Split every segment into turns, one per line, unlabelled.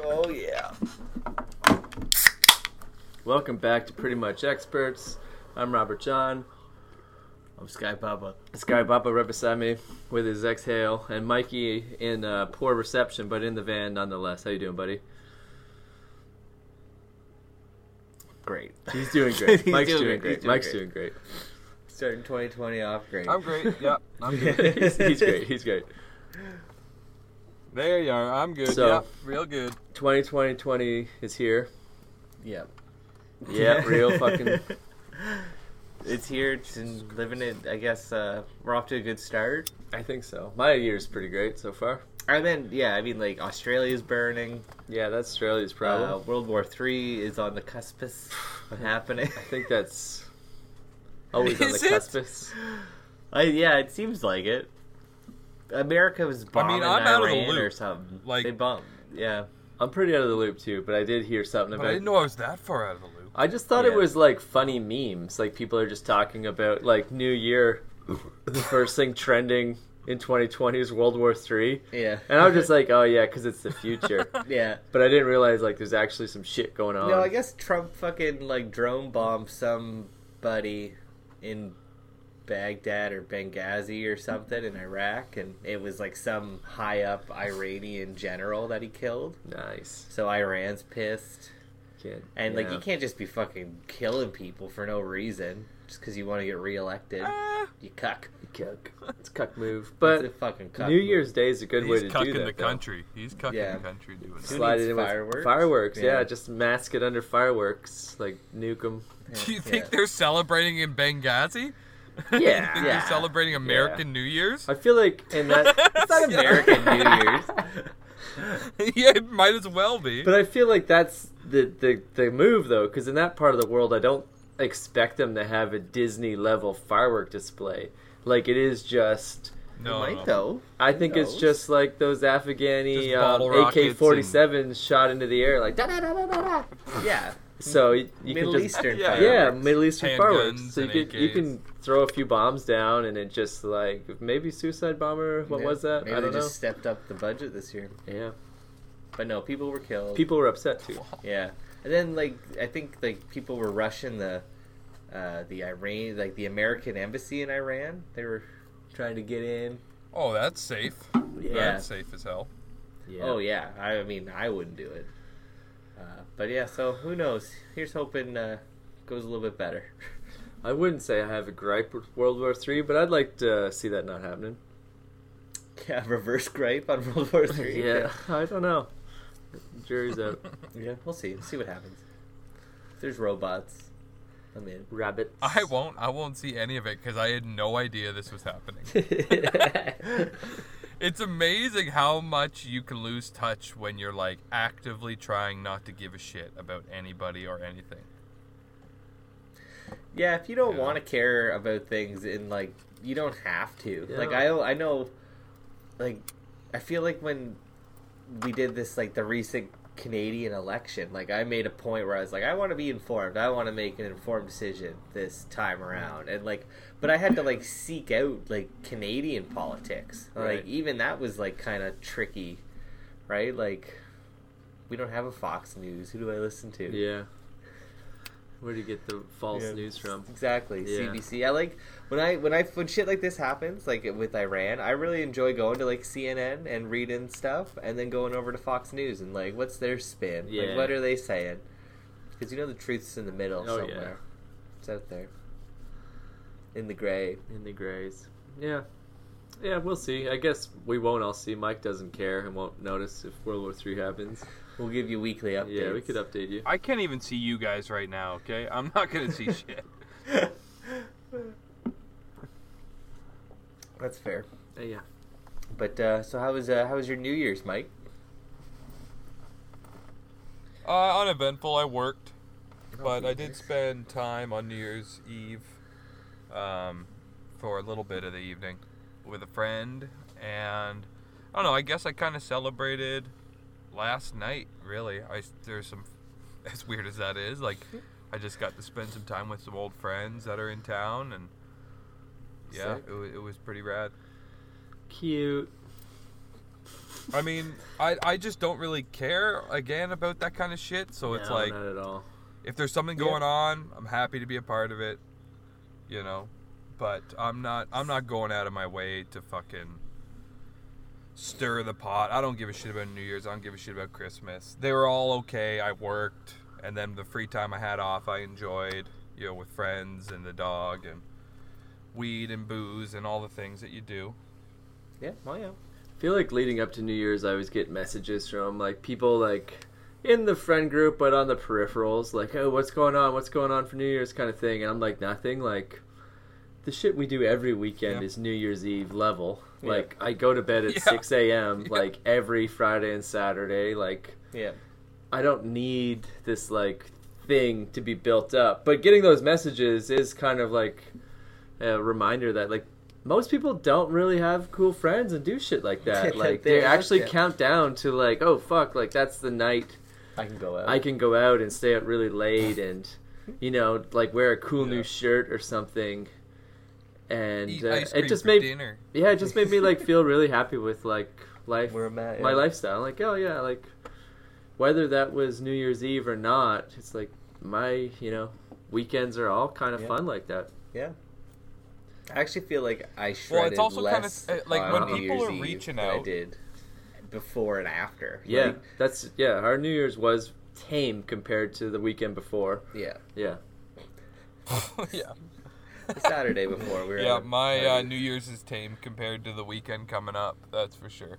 Oh yeah.
Welcome back to Pretty Much Experts. I'm Robert John.
I'm Sky Papa.
Sky Baba right beside me with his exhale, and Mikey in uh, poor reception, but in the van nonetheless. How you doing, buddy?
Great.
He's doing great.
He's
Mike's
doing great.
doing, great.
He's doing
Mike's
great.
doing great.
Starting 2020 off great.
I'm great. Yep. I'm good.
he's, he's great. He's great.
There you are. I'm good.
So-
yep. Real good.
2020 is here.
Yeah.
Yeah, real fucking.
It's here. It's in, living it. I guess uh, we're off to a good start.
I think so. My year's pretty great so far.
And then, yeah, I mean, like Australia's burning.
Yeah, that's Australia's problem.
Uh, World War Three is on the cuspice of happening.
I think that's always on the
Is it?
cuspice.
I, yeah, it seems like it. America was bombing
I'm out of the
Iran or
loop.
something.
Like-
they bombed. Yeah.
I'm pretty out of the loop too, but I did hear something
But I
about
didn't know I was that far out of the loop.
I just thought it
Yeah.
was like funny memes. Like people are just talking about like New Year. the first thing trending in 2020 is World War Three,
Yeah.
and I was just like, oh yeah, because it's the future.
yeah.
but I didn't realize like there's actually some shit going on.
No, I guess Trump fucking like drone bombed somebody in Baghdad or Benghazi or something in Iraq, and it was like some high up Iranian general that he killed.
Nice.
So Iran's pissed,
Kid.
and like
Yeah.
you can't just be fucking killing people for no reason just because you want to get reelected.
Ah,
You cuck.
Cuck. It's a cuck move,
It's a
but
fucking cuck.
New Year's Day is a good way
he's
to
cucking
do that.
the
though.
country. He's cucking
Yeah.
the country doing
Who
it.
Slide
needs
it in with
fireworks?
fireworks. Yeah.
Yeah.
just mask it under fireworks, like nuke them.
move.
Do you think
Yeah.
they're celebrating in Benghazi?
Yeah,
You think they're celebrating American New Year's?
I feel like in that it's not
American New Year's.
yeah, it might as well be.
But I feel like that's the the, the move though, because in that part of the world, I don't expect them to have a Disney level firework display. Like it is just.
no,
Might
no.
though.
I think it's
knows?
just like those Afghani
Just bottle
um,
rockets
AK forty sevens shot into the air, like da da da da da. da.
Yeah.
So you, you
Middle
can just
Eastern.
Yeah.
fireworks.
yeah, Middle Eastern
Handguns
fireworks. So you
and
can you
AKs.
can throw a few bombs down, and it just like maybe suicide bomber. What
Yeah.
was that?
Maybe
I don't
they
know.
just stepped up the budget this year.
Yeah,
But no, people were killed.
people were upset too.
Yeah, and then like I think like people were rushing the uh, the Iran like the American embassy in Iran. They were trying to get in.
Oh, that's safe.
Yeah.
That's safe as hell.
Yeah.
Oh yeah. I mean, I wouldn't do it. Uh, but yeah, so who knows? Here's hoping uh, goes a little bit better.
I wouldn't say I have a gripe with World War Three, but I'd like to see that not happening.
yeah, reverse gripe on World War Three.
Yeah, I don't know. Jury's out.
yeah. We'll see. See what happens. If there's robots. I'm in.
Rabbits.
I won't. I won't see any of it because I had no idea this was happening. it's amazing how much you can lose touch when you're like actively trying not to give a shit about anybody or anything.
Yeah, if you don't
Yeah.
want to care about things and like you don't have to.
Yeah.
Like I I know like I feel like when we did this like the recent Canadian election, like I made a point where I was like I want to be informed. I want to make an informed decision this time around. And like but I had to like seek out like Canadian politics.
Right.
Like even that was like kind of tricky, right? Like we don't have a Fox News. Who do I listen to?
Yeah. Where do you get the false
Yeah.
news from?
Exactly,
Yeah.
CBC. I like when I when I when shit like this happens, like with Iran. I really enjoy going to like CNN and reading stuff, and then going over to Fox News and like, what's their spin?
Yeah.
Like, what are they saying? Because you know the truth's in the middle
Oh, yeah.
somewhere. It's out there, in the gray.
In the grays. Yeah. Yeah, we'll see. I guess we won't all see. Mike doesn't care and won't notice if World War Three happens.
We'll give you weekly updates.
Yeah, we could update you.
I can't even see you guys right now. Okay, I'm not gonna see shit.
That's fair.
Uh, yeah.
But uh, so how was uh, how was your New Year's, Mike?
Uh, uneventful. I worked. but I did spend time on New Year's Eve um, for a little bit of the evening with a friend, and I don't know. I guess I kind of celebrated last night. Really, I there's some as weird as that is. Like, I just got to spend some time with some old friends that are in town, and yeah,
Sick.
it, wa- it was pretty rad.
Cute.
I mean, I I just don't really care again about that kind of shit. So it's
No,
like
not at all.
if there's something
Yeah.
going on, I'm happy to be a part of it. You know, but I'm not I'm not going out of my way to fucking stir the pot. I don't give a shit about New Year's. I don't give a shit about Christmas. They were all okay. I worked, and then the free time I had off, I enjoyed. You know, with friends and the dog and weed and booze and all the things that you do.
Yeah, well, yeah.
I feel like leading up to New Year's, I always get messages from like people like in the friend group, but on the peripherals, like, oh, what's going on? What's going on for New Year's kind of thing. And I'm like, nothing. Like, the shit we do every weekend
Yeah.
is New Year's Eve level.
Yeah.
Like, I go to bed at
Yeah.
6 a.m.,
Yeah.
like, every Friday and Saturday. Like,
Yeah.
I don't need this like thing to be built up. But getting those messages is kind of like a reminder that like most people don't really have cool friends and do shit like that.
Yeah,
Like
they
they actually
yeah.
count down to like, oh fuck, like that's the night
I can go out.
I can go out and stay up really late and you know like wear a cool
Yeah.
new shirt or something. And
Eat
uh,
ice cream
it just
for
made
dinner.
yeah, it just made me like feel really happy with like life
Where I'm at.
my
yeah.
lifestyle. Like, oh yeah, like whether that was New Year's Eve or not, it's like my you know weekends are all kind of
Yeah.
fun like that.
Yeah. I actually feel like I shredded
Well, it's also kinda
less
s- uh, like,
on
when
New
people
Year's
are
Eve
reaching
than I
out-
did before and after.
Yeah,
Like,
that's yeah. Our New Year's was tame compared to the weekend before.
yeah.
Yeah,
yeah.
The Saturday before we were.
yeah,
at a
my uh,
party.
New Year's is tame compared to the weekend coming up. That's for sure.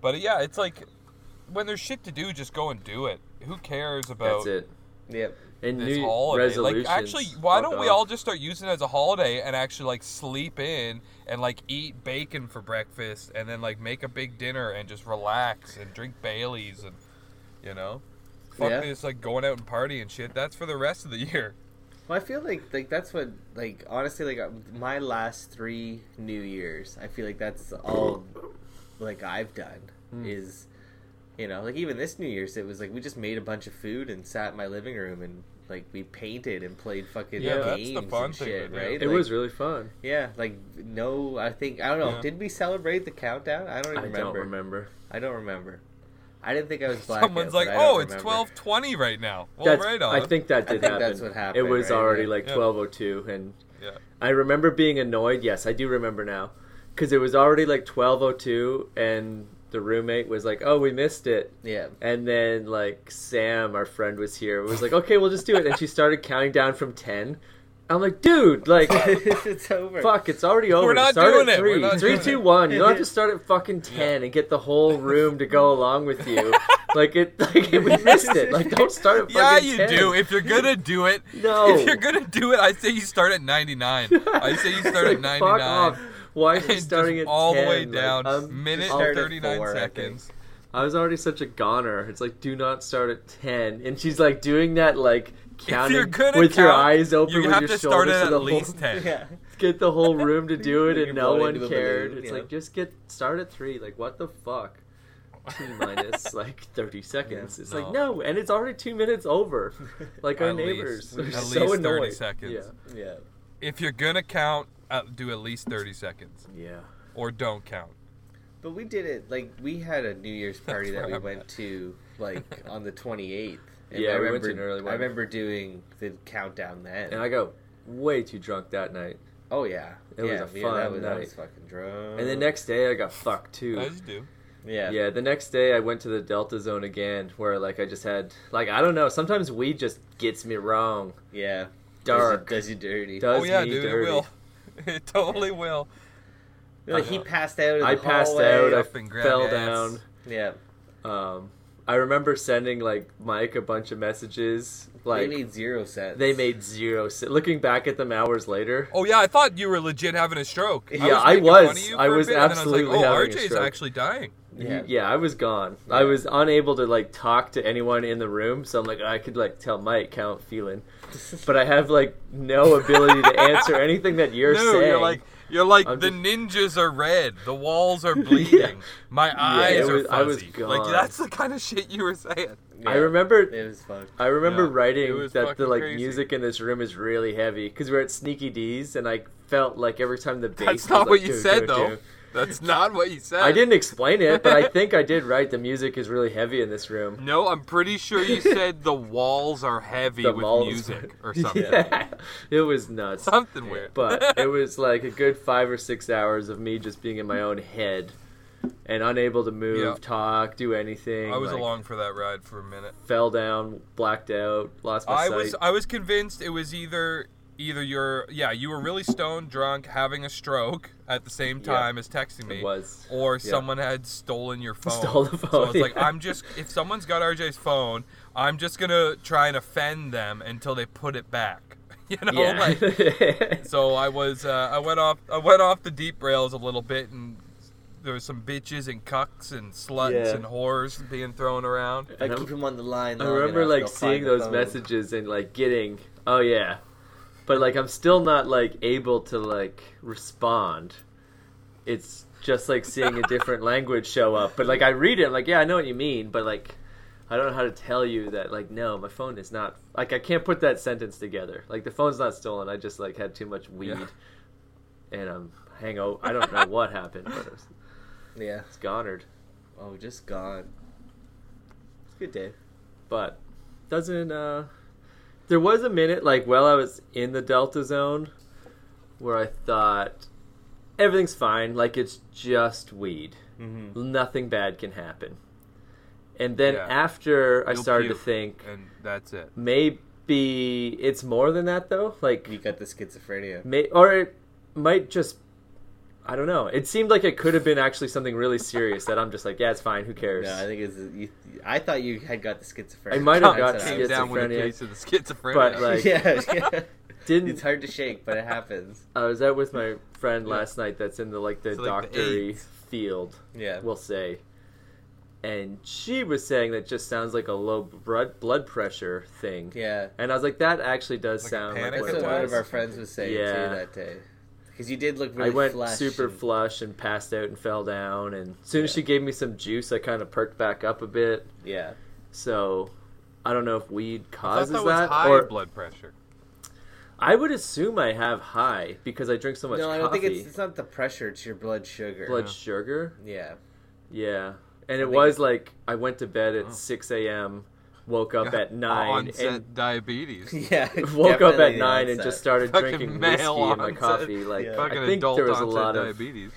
But uh, yeah, it's like when there's shit to do, just go and do it. Who cares about
that's it.
Yeah.
And
this
New
holiday? Like,
resolutions.
actually, why
fuck
don't we
off.
all just start using it as a holiday and actually like sleep in and like eat bacon for breakfast and then like make a big dinner and just relax and drink Baileys and you know, fuck
Yeah.
this like going out and party and shit. That's for the rest of the year.
Well, I feel like like that's what like honestly like uh, my last three New Years, I feel like that's all like I've done
Hmm.
is you know like even this New Year's it was like we just made a bunch of food and sat in my living room and like we painted and played fucking
Yeah, that's the
games
fun
and
thing
shit,
to do.
right?
It
Like,
was really fun.
yeah, like no, I think I don't know.
Yeah.
Did we celebrate the countdown? I don't
I
even remember.
don't remember.
I don't remember. I didn't think I was black.
Someone's like, oh, it's twelve twenty right now. Well,
That's,
right on.
I think that
I
did
think
happen.
that's what happened,
It was
right?
already
Yeah.
like
Yeah.
twelve oh two, and
yeah.
I remember being annoyed. Yes, I do remember now, because it was already like twelve oh two, and the roommate was like, "Oh, we missed it."
Yeah.
And then like Sam, our friend, was here. Was like, "Okay, we'll just do it." And she started counting down from ten. I'm like, "Dude, like,
it's over.
fuck, it's already over.
not
start
doing
at
it. We're
three,
not
three,
doing
two,
it."
one. You don't have to start at fucking ten and get the whole room to go along with you. like it, like we missed it. Like, don't start at fucking
Yeah, you
10.
do. If you're gonna do it,
No.
If you're gonna do it, I say you start at 99. I say you start at
Like,
99.
Fuck off. Why
and
are you
just
starting at
all the
10?
way
Like, um,
down,
I'm-
minute
start at
39
four, I think.
seconds.
I was already such a goner. It's like, do not start at ten. And she's like doing that, like counting
if
with
you're gonna
your
count,
eyes open,
you
with
have
your
to start
shoulders
at
to the
least
whole,
10.
Yeah.
get the whole room to do it,
You're
and no
blown
one
into a
cared.
balloon,
it's
yeah.
like just get start at three. Like what the fuck? T minus like thirty seconds. It's like
No.
no, and it's already two minutes over. Like our
At least-
neighbors are
at
so
least 30
annoyed.
seconds.
Yeah.
Yeah.
If you're gonna count, uh, do at least 30 seconds,
Yeah.
or don't count.
But we did it like we had a New Year's party
That's
that
where
we
I'm
went to like on the 28th. And
Yeah,
I
we
remember,
went to an early one.
I remember doing the countdown then.
And I got way too drunk that night.
oh yeah,
It was
yeah,
a
yeah, that
fun
was, I was
night.
fucking drunk.
And the next day I got fucked too.
As you do.
yeah,
Yeah, the next day I went to the Delta Zone again, where like I just had like I don't know. Sometimes weed just gets me wrong.
yeah, Does you-
Dark.
does you dirty.
Does
oh, yeah,
me
dude,
dirty.
it will. It totally will.
Like he
Uh-huh.
passed out. In the
I passed
hallway.
out. I
Up and grab
fell
ass.
down.
Yeah,
Um, I remember sending like Mike a bunch of messages. Like
they made zero sense.
they made zero. Se- Looking back at them hours later,
Oh, yeah, I thought you were legit having a stroke.
Yeah, I
making
was.
fun of you
I
for a
was
bit, and then
absolutely
I was like, oh,
having a
RJ's
stroke."
actually dying.
yeah. yeah, I was gone. I was unable to like talk to anyone in the room, so I'm like I could like tell Mike how I'm feeling, but I have like no ability to answer anything that you're
no,
saying.
you're like you're like
I'm
the
just-
ninjas are red, the walls are bleeding, my
it
eyes are
was-
fuzzy.
I was
Like
gone.
that's the kind of shit you were saying.
I remember
it was fun.
I remember
Yeah, it
writing
was
that the
fucking
like
crazy.
music in this room is really heavy because we're at Sneaky D's and I felt like every time the bass.
That's
was,
not
like,
what you
"Doo,
said
doo,
though.
doo."
That's not what you said.
I didn't explain it, but I think I did write the music is really heavy in this room.
No, I'm pretty sure you said the walls are heavy
The
with
walls-
music or something.
Yeah. it was nuts.
Something weird.
But it was like a good five or six hours of me just being in my own head and unable to move,
Yeah.
talk, do anything.
I was
like,
along for that ride for a minute.
Fell down, blacked out, lost my
I
sight.
was I was convinced it was either either you're yeah you were really stoned drunk having a stroke at the same
Yeah.
time as texting me
It was.
or someone had stolen your phone.
Stole the
So I was
phone,
like,
yeah.
I'm just if someone's got RJ's phone, I'm just gonna try and offend them until they put it back. You know,
Yeah.
like so I was uh, I went off I went off the deep rails a little bit and there was some bitches and cucks and sluts
Yeah.
and whores being thrown around.
I
And I'm-
keep him on the line.
I
long
remember
enough,
like
they'll find
seeing
the
those
phone.
messages and like getting, oh yeah, but like I'm still not like able to like respond. It's just like seeing a different language show up, but like I read it, I'm like yeah, I know what you mean, but like I don't know how to tell you that like no, my phone is not like I can't put that sentence together. Like the phone's not stolen. I just like had too much weed,
Yeah.
and I'm hangover. I don't know what happened, but it's,
Yeah.
it's gonered.
Oh, just gone. It's a good day.
but doesn't uh there was a minute like while i was in the delta zone where i thought everything's fine like it's just weed
Mm-hmm.
nothing bad can happen and then
Yeah.
after i
You'll
started
puke.
to think
And that's it.
maybe it's more than that though like
You got the schizophrenia.
May, or it might just. I don't know. It seemed like it could have been actually something really serious that I'm just like, yeah, it's fine. Who cares?
No, I think it's. You, I thought you had got the schizophrenia.
I might have
That's
got
what I
Came
was-
down with a
schizophrenia.
case of the schizophrenia.
But, like-
yeah, yeah.
Didn't
it's hard to shake, but it happens.
I was out with my friend
Yeah.
last night that's in the like the
So, like, the
doctory
AIDS.
field,
Yeah.
we'll say. And she was saying that just sounds like a low blood blood pressure thing.
yeah.
And I was like, that actually does
Like a
sound like
panic
what
That's
it
what one of
was.
our friends was saying
Yeah.
too that day. Because you did look
I
really
went
flush
super
and-
flush and passed out and fell down. And as soon as
Yeah.
she gave me some juice, I kind of perked back up a bit.
Yeah.
So I don't know if weed
I thought
causes
that
that,
was high
or
blood pressure.
I would assume I have high because I drink so much
No, I
coffee,
don't think it's, it's not the pressure. It's your blood sugar.
blood
Yeah.
sugar.
Yeah.
Yeah, and it
think
was like I went to bed at
Oh.
six a.m., woke up at nine,
Onset
and
diabetes.
Yeah.
woke up
definitely
at
the
nine and
onset.
just started
Fucking
drinking
male
whiskey and my
onset.
coffee. Like
Yeah.
Fucking
I think
adult
there was a
onset
lot of
diabetes.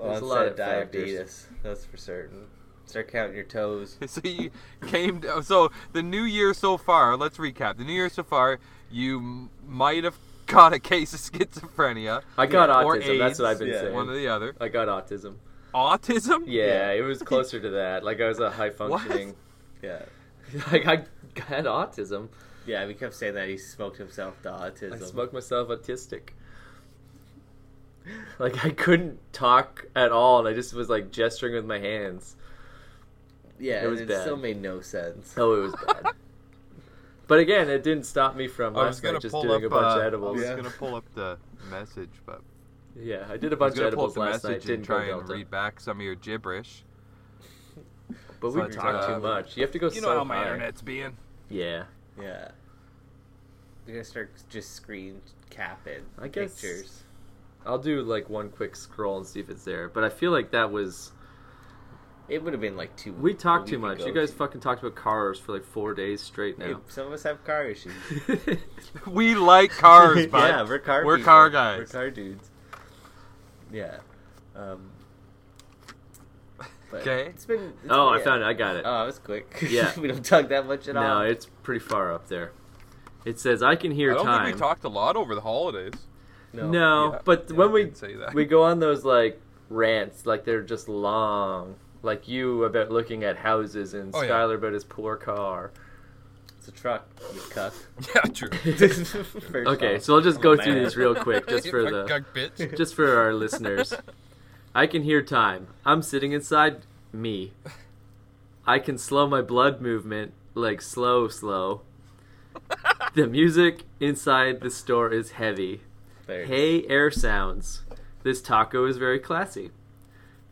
there's a lot
Onset
of factors.
diabetes. That's for certain. Start counting your toes.
So you came. To, so the new year so far. Let's recap. The new year so far, you m- might have caught a case of schizophrenia.
I got
or
autism. That's what I've been
AIDS, yeah.
saying.
One or the other.
I got autism.
Autism.
Yeah,
Yeah.
it was closer to that. Like I was a high functioning.
Yeah.
like I had autism.
Yeah, we kept saying that he smoked himself to autism.
I smoked myself autistic. Like I couldn't talk at all, and I just was like gesturing with my hands.
yeah,
it
and
was
it
bad.
still made no sense.
Oh, it was bad. but again, it didn't stop me from
I was
last
gonna
night just
pull
doing a
up.
bunch
uh,
of
I
edibles.
was
Yeah.
Yeah.
gonna pull up the message, but
I did a
I was
bunch of
gonna pull up
edibles
the
last night.
message and
Didn't go
try and
Delta,
read back some of your gibberish.
but we
but,
talked
uh,
too much. You have to go
You
so
know how my
high.
internet's being.
Yeah,
Yeah. We're gonna start just screen capping
I guess-
pictures.
I'll do like one quick scroll and see if it's there. But I feel like that was
It would have been like two.
we talked
a
too
week
much.
ago.
You guys fucking talked about cars for like four days straight
Hey,
now.
some of us have car issues.
We like cars, but
yeah, we're car.
we're
people.
car
We're
guys.
car dudes. Yeah. Um, but
Okay.
It's been. it's
oh,
been-
I found it. I got it.
Oh, that was quick.
Yeah.
we don't talk that much at all.
No, it's pretty far up there. It says I can
I
hear
don't
time.
think we talked a lot over the holidays.
no.
No,
Yeah.
but
Yeah,
when
I
we
did say that.
we go on those like rants, like they're just long. Like you about looking at houses and
Oh, yeah.
Skylar about his poor car.
It's a truck. You cuck.
Yeah, true.
First
Okay,
off.
so I'll just go
Oh,
through
man.
these real quick just
You
for
fuck
the
cuck bitch.
just for our listeners. I can hear time. I'm sitting inside me. I can slow my blood movement like slow, slow. the music inside the store is heavy.
There.
Hey, air sounds. This taco is very classy.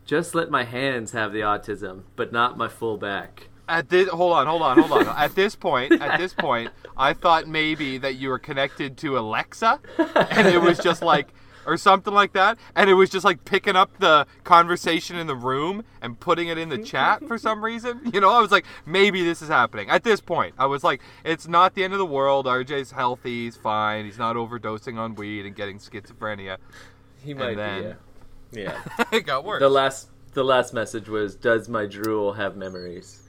Just let my hands have the autism, but not my full back.
At this, hold on, hold on, hold on. At this point, at this point, I thought maybe that you were connected to Alexa, and it was just like, or something like that, and it was just like picking up the conversation in the room and putting it in the chat for some reason. You know, I was like, maybe this is happening. At this point, I was like, it's not the end of the world. RJ's healthy, he's fine, he's not overdosing on weed and getting schizophrenia.
He might
then-
be. Yeah.
Yeah.
it got worse.
The last, the last message was, "Does my drool have memories?"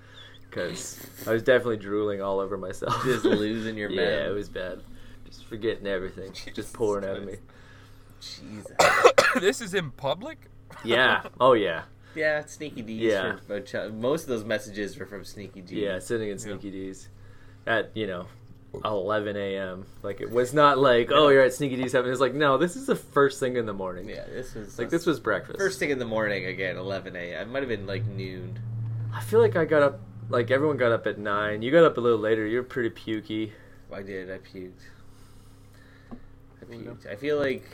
Because I was definitely drooling all over myself.
Just losing your
yeah,
man.
it was bad. Just forgetting everything, just pouring out of me.
Jesus.
this is in public.
Yeah. Oh yeah.
Yeah, it's Sneaky D's.
Yeah.
From, Mocha- most of those messages were from Sneaky D.
Yeah, sitting in Sneaky D's at you know 11 a.m. Like it was not like oh you're at Sneaky D's having. It was like no, this is the first thing in the morning.
Yeah, this was uh,
Like this was breakfast.
first thing in the morning again, 11 a.m. It might have been like noon.
I feel like I got up. Like everyone got up at nine. You got up a little later. You're pretty pukey.
I did. I puked. I puked. I feel like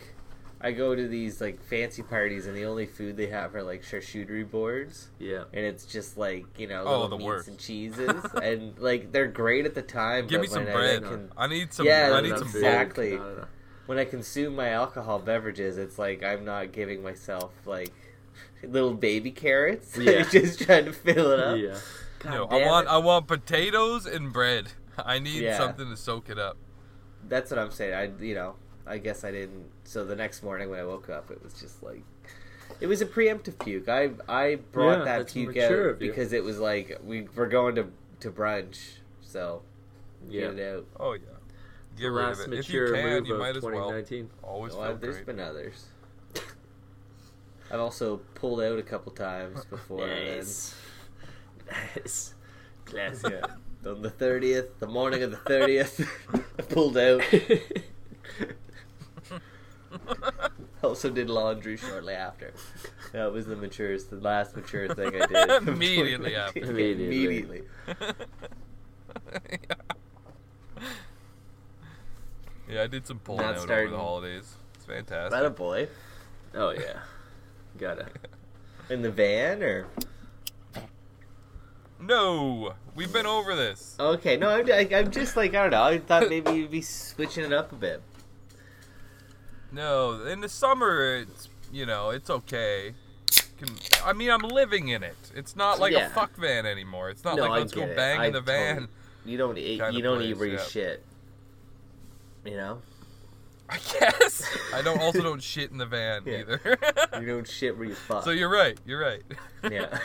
I go to these like fancy parties and the only food they have are like charcuterie boards.
Yeah.
And it's just like you know,
Oh,
little
the
meats
worst.
and cheeses, and like they're great at the time.
Give
but
me some
when
bread.
I can,
I need some.
Yeah,
I need some.
Enough
Food.
food.
exact- exactly.
Not enough.
when I consume my alcohol beverages, it's like I'm not giving myself like little baby carrots.
Yeah.
just trying to fill it up.
Yeah.
God
No, I
damn
want.
it.
I want potatoes and bread. I need
Yeah.
something to soak it up.
That's what I'm saying. I you know I guess I didn't. So the next morning when I woke up, it was just like it was a preemptive puke. I I brought
Yeah,
that
that's
puke
mature
out
of you.
because it was like we we're going to to brunch, so
Yeah.
get it out.
Oh yeah. Get rid
Last
of it. If you
mature
can,
move
you
of
might as well.
2019.
Always
Well,
felt
I've- there's
great.
been others. I've also pulled out a couple times before. then.
Nice. Nice. Classy.
Yeah. On the thirtieth, the morning of the thirtieth, I pulled out. Also did laundry shortly after. That was the maturest, the last mature thing I did.
Immediately after.
Immediately.
Immediately.
yeah, I did some pulling
Not
out over
starting. uh,
the holidays. It's fantastic.
That a boy
oh yeah. Gotta.
in the van or
No, we've been over this.
okay? No, I'm, I, I'm just like I don't know. I thought maybe you'd be switching it up a bit.
No, in the summer, it's you know, it's okay. Can, I mean, I'm living in it. It's not like
Yeah.
a fuck van anymore. It's not
No,
like
I
let's go
get it.
bang
I
in the van.
totally- You don't eat.
Kinda
You don't
place,
eat where you
yeah.
shit. You know,
I guess I don't also don't shit in the van
Yeah.
either.
you don't shit where you fuck.
so you're right. You're right.
yeah.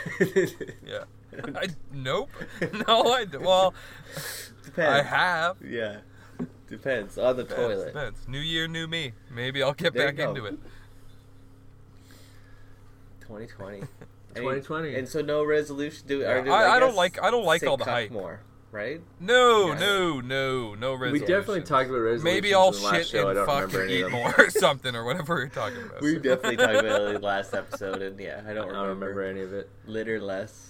yeah. I, nope. No, I d- well, I
Depends.
have.
yeah. Depends on the
Depends,
toilet.
depends. New year, new me. Maybe I'll get
There you
back
go.
into it.
2020. And-
2020.
And so no resolution. Do, or do
I- I don't
guess
like- I don't like
say
all the
cuck
hype.
more, right?
No,
Yeah.
no, no, no
We
resolution.
definitely talked about resolutions.
Maybe I'll
in the last
shit
show. I
and
don't
fuck
remember
and
any
eat
of them.
more or something or whatever we're talking about.
We definitely talked about it last episode, and yeah, I don't
I
remember.
don't remember any of it.
Litter less.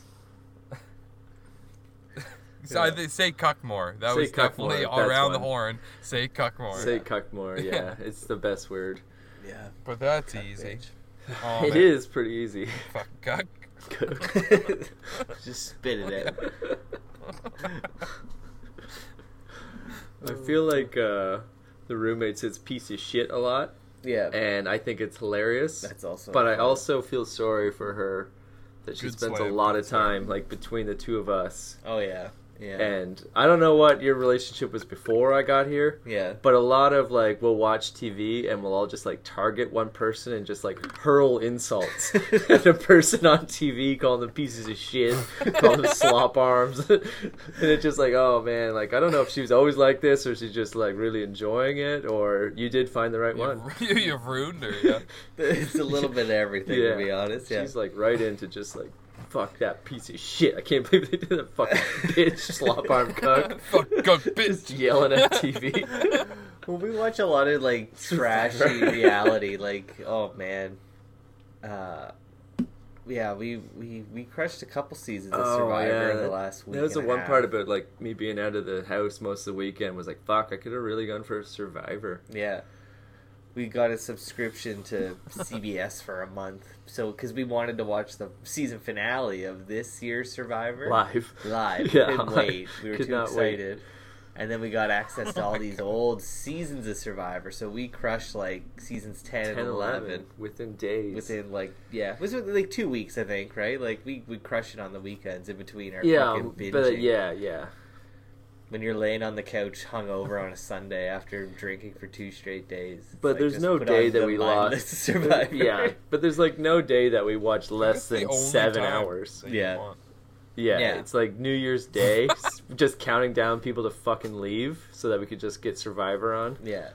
So I think say cuck more. That
Say
was
cuck
definitely
more,
all
that's
around the
one.
horn. Say cuck more.
Say cuck more. Yeah,
Yeah.
it's the best word.
Yeah.
but that's easy. Oh,
It
man.
is pretty easy.
Fuck cuck.
Cuck.
Just spit it out.
I feel like uh, the roommate says piece of shit a lot,
Yeah.
and I think it's hilarious.
that's also.
but I also feel sorry for her that she
Good
spends a
slam,
lot
good
of time like between the two of us.
Oh yeah. Yeah.
And I don't know what your relationship was before I got here,
yeah.
but a lot of like we'll watch TV and we'll all just like target one person and just like hurl insults at the person on TV, calling them pieces of shit, calling them slop arms, and it's just like oh man, like I don't know if she was always like this or she's just like really enjoying it or you did find the right one.
You've, ru- you've ruined her. Yeah.
It's a little bit of everything, to be honest. Yeah.
She's like right into just like, fuck that piece of shit. I can't believe they did that fucking bitch slop arm cuck.
Fuck cuck
Just
bitch.
yelling at TV.
Well, we watch a lot of like trashy reality. Like, oh man, uh, yeah, we we we crushed a couple seasons of
Oh,
Survivor
yeah,
in the
that-
last week.
That was the
and a
one
half.
part about like me being out of the house most of the weekend was like, fuck, I could have really gone for Survivor.
Yeah. We got a subscription to CBS for a month, so because we wanted to watch the season finale of this year's Survivor
Live.
live.
Yeah,
we couldn't
I
wait. We were
could
too
not wait. Oh
excited. And then we got access to all these old seasons of Survivor, so we crushed like seasons 10,
10,
and 11,
11 within days.
within like yeah, it was within, like two weeks, I think, right? Like we would crush it on the weekends in between our
yeah,
fucking binging.
but yeah, yeah.
when you're laying on the couch hungover on a Sunday after drinking for two straight days. it's
But there's
just
no
put
day
on
that
the
we
mindless
lost.
Survivor.
yeah, but there's like no day that we watch less
That's the
than
only
seven
time
hours.
that you
Yeah.
want.
Yeah,
Yeah.
it's like New Year's Day, s- just counting down people to fucking leave so that we could just get Survivor on.
yeah.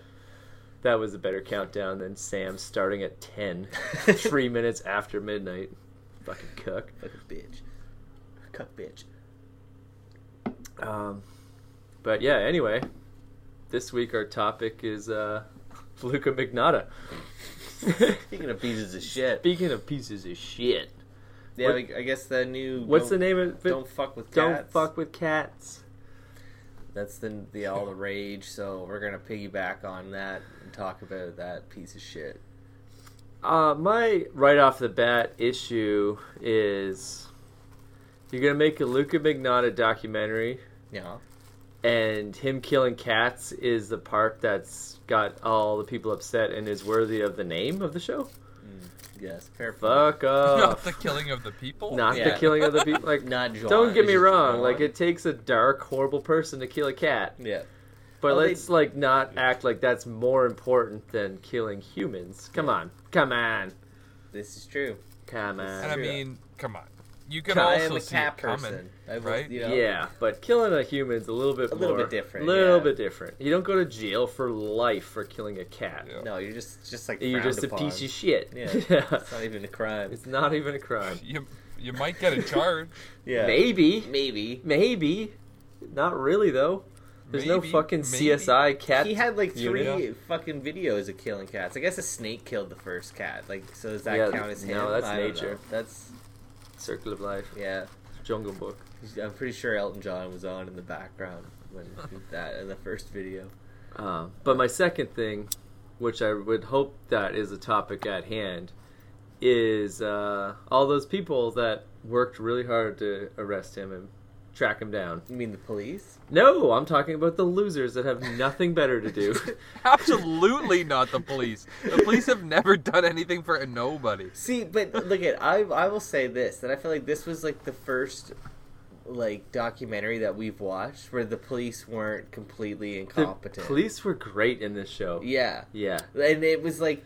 That was a better countdown than Sam starting at 10, three minutes after midnight. Fucking cook.
Fucking bitch. Cuck bitch.
Um, but yeah, anyway, this week our topic is uh, Luca Magnotta.
Speaking of pieces of shit.
Speaking of pieces of shit,
Yeah,
what-
we- I guess the new.
what's the
don't-
name of it?
Don't fuck with
Don't
cats.
fuck with cats.
That's the, the all the rage. So we're gonna piggyback on that and talk about that piece of shit.
Uh, my right off the bat issue is you're gonna make a Luca Magnotta documentary,
Yeah.
and him killing cats is the part that's got all the people upset and is worthy of the name of the show.
Yes. Fair fuck.
Fuck off.
Not the killing of the people.
Not
Yeah.
the killing of the people. Like,
Not John.
don't get me
Just
wrong.
John.
Like, it takes a dark, horrible person to kill a cat,
Yeah.
but
Oh, they-
let's like not act like that's more important than killing humans. Come on, come on,
This is true.
come on.
And I
Sure.
mean, come on. You can
I
also
am a
see
cat
it coming.
person. I will-
right?
you know,
Yeah, but killing a human's a little bit
A little
more-
bit different,
Little
yeah.
bit different. You don't go to jail for life for killing a cat.
Yeah.
No, you're just just like
You're
frowned
just a
upon.
piece of shit.
Yeah. It's not even a crime.
it's not even a crime.
You you might get a charge.
Yeah.
Maybe,
Maybe.
maybe, not really though. There's no
Maybe,
fucking
maybe.
CSI cat.
He had like three
unit.
fucking videos of killing cats. I guess a snake killed the first cat. Like, so does that
Yeah,
count as him?
no, that's
I don't
nature.
know. That's
Circle of Life,
yeah.
Jungle Book.
I'm pretty sure Elton John was on in the background when he did that in the first video.
Um, but my second thing, which I would hope that is a topic at hand, is uh, all those people that worked really hard to arrest him and track him down.
You mean the police?
No, I'm talking about the losers that have nothing better to do.
Absolutely not the police. The police have never done anything for nobody.
See, but look at I I will say this that I feel like this was like the first like documentary that we've watched where the police weren't completely
the
incompetent.
police were great in this show.
Yeah.
Yeah.
And it was like,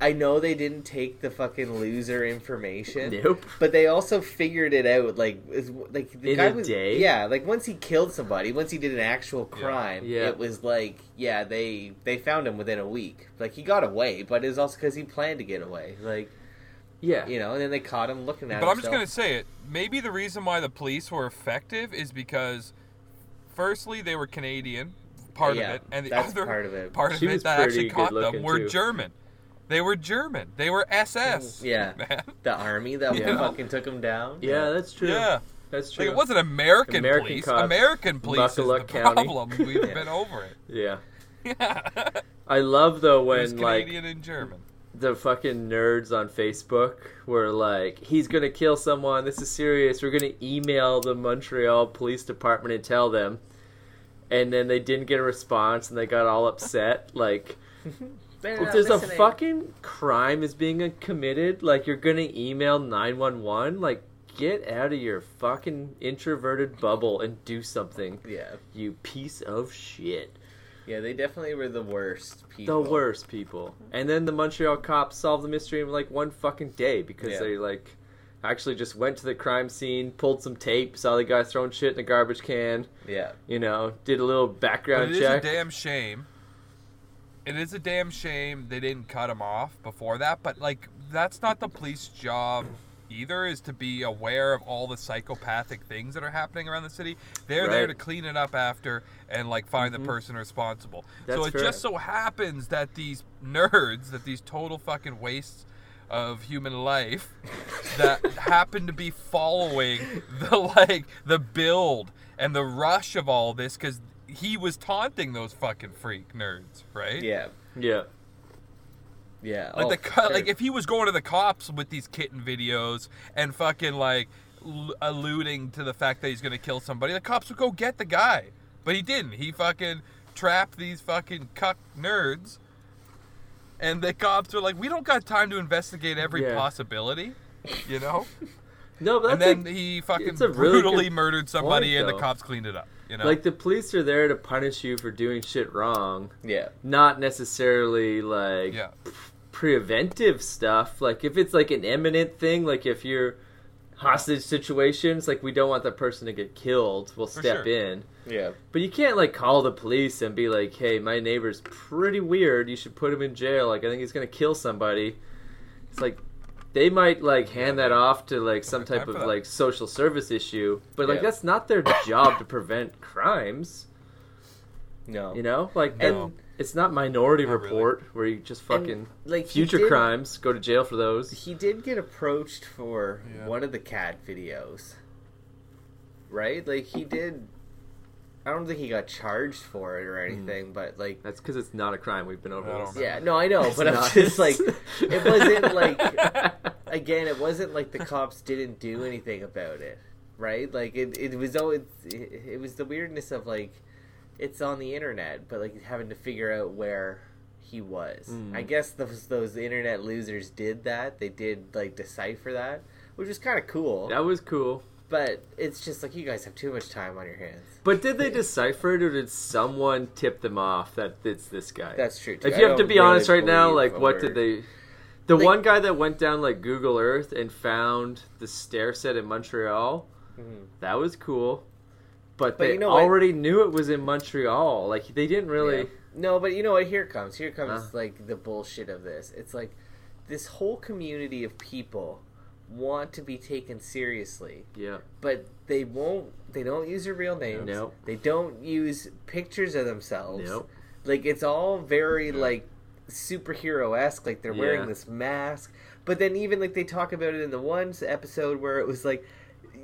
I know they didn't take the fucking loser information.
Nope.
But they also figured it out, like, is- like the
In
guy
a
was,
day?
Yeah, like once he killed somebody, once he did an actual crime,
Yeah.
it was like, yeah, they they found him within a week. Like he got away, but it was also because he planned to get away. Like
Yeah.
you know, and then they caught him looking at.
But I'm just gonna
himself.
say it. Maybe the reason why the police were effective is because, firstly, they were Canadian, part
Yeah,
of it, and the
that's
other
part of it.
part of
She
it
was
that
pretty
actually caught
good-looking,
them were
too.
German. They were German. They were SS.
Yeah.
man.
the army that
You know?
fucking took him down.
Yeah, that's true.
Yeah.
That's
Like
true.
it wasn't American,
American
police.
cops.
American police is the
Muckaluck County.
problem. We've
Yeah.
been over it.
yeah.
Yeah.
I love though
It was
when like
Canadian and German.
the fucking nerds on Facebook were like, he's gonna kill someone. This is serious. We're gonna email the Montreal Police Department and tell them. And then they didn't get a response, and they got all upset. Like,
They're
if
not
there's a
listening.
fucking crime is being committed, like you're gonna email nine one one. Like, get out of your fucking introverted bubble and do something.
Yeah,
You piece of shit.
yeah, they definitely were the worst people.
The worst people. And then the Montreal cops solved the mystery in like one fucking day because
Yeah.
they like actually just went to the crime scene, pulled some tape, saw the guy throwing shit in a garbage can,
Yeah,
you know, did a little
But
background
it is a
check.
damn shame. It is a damn shame they didn't cut him off before that. But like, that's not the police job either. Is to be aware of all the psychopathic things that are happening around the city. They're there
Right. Mm-hmm.
to clean it up after and like find the person responsible. so
That's
it
fair.
just so happens that these nerds, that these total fucking wastes of human life that happened to be following the like the build and the rush of all this because he was taunting those fucking freak nerds, right?
Yeah.
Yeah.
Yeah.
Like
oh,
the
for
co- like
sure.
if he was going to the cops with these kitten videos and fucking like l- alluding to the fact that he's going to kill somebody, the cops would go get the guy. But he didn't. He fucking trapped these fucking cuck nerds. And the cops were like, "We don't got time to investigate every
Yeah.
possibility." You know?
No, but
and
that's
then
like,
he fucking
it's a really
brutally
good
murdered somebody
point,
and the
though.
cops cleaned it up, you know?
like the police are there to punish you for doing shit wrong,
yeah.
not necessarily like
yeah.
preventive stuff. Like if it's like an imminent thing, like if you're hostage situations, like we don't want that person to get killed, we'll
For
step
sure.
in.
Yeah.
But you can't like call the police and be like, "Hey, my neighbor's pretty weird. You should put him in jail. Like I think he's gonna kill somebody." It's like they might like hand that off to like some
Don't have
type
time
of
for that.
like social service issue, but like
Yeah.
that's not their job to prevent crimes.
No.
You know, like
No.
and it's not Minority
Not really.
Report where you just fucking
like he
future
did-
crimes go to jail for those.
He did get approached for
Yeah.
one of the cat videos. Right? Like he did I don't think he got charged for it or anything, but like
That's because it's not a crime. We've been over
I don't
this.
remember.
yeah, no, I know,
It's
but I'm
not.
just like, it wasn't like again, it wasn't like the cops didn't do anything about it, right? Like it, it was always it, it was the weirdness of like it's on the internet, but like having to figure out where he was.
Mm.
I guess those those internet losers did that. They did like decipher that, which was kind of cool.
that was cool.
But it's just like you guys have too much time on your hands.
But did they decipher it, or did someone tip them off that it's this guy?
That's true. Too.
if
I
you have to
don't
be honest
really
right now,
believe
like what
over-
did they? The
Like-
one guy that went down like Google Earth and found the stair set in Montreal,
Mhm.
that was cool. But,
But
they
you know what?
already knew it was in Montreal. Like they didn't really.
Yeah. No, but you know what? Here it comes. Here comes
Huh?
like the bullshit of this. It's like this whole community of people want to be taken seriously,
Yeah.
but they won't. They don't use their real names.
Nope.
They don't use pictures of themselves.
Nope.
Like it's all very like superhero esque. Like they're
Yeah.
wearing this mask, but then even like they talk about it in the one episode where it was like.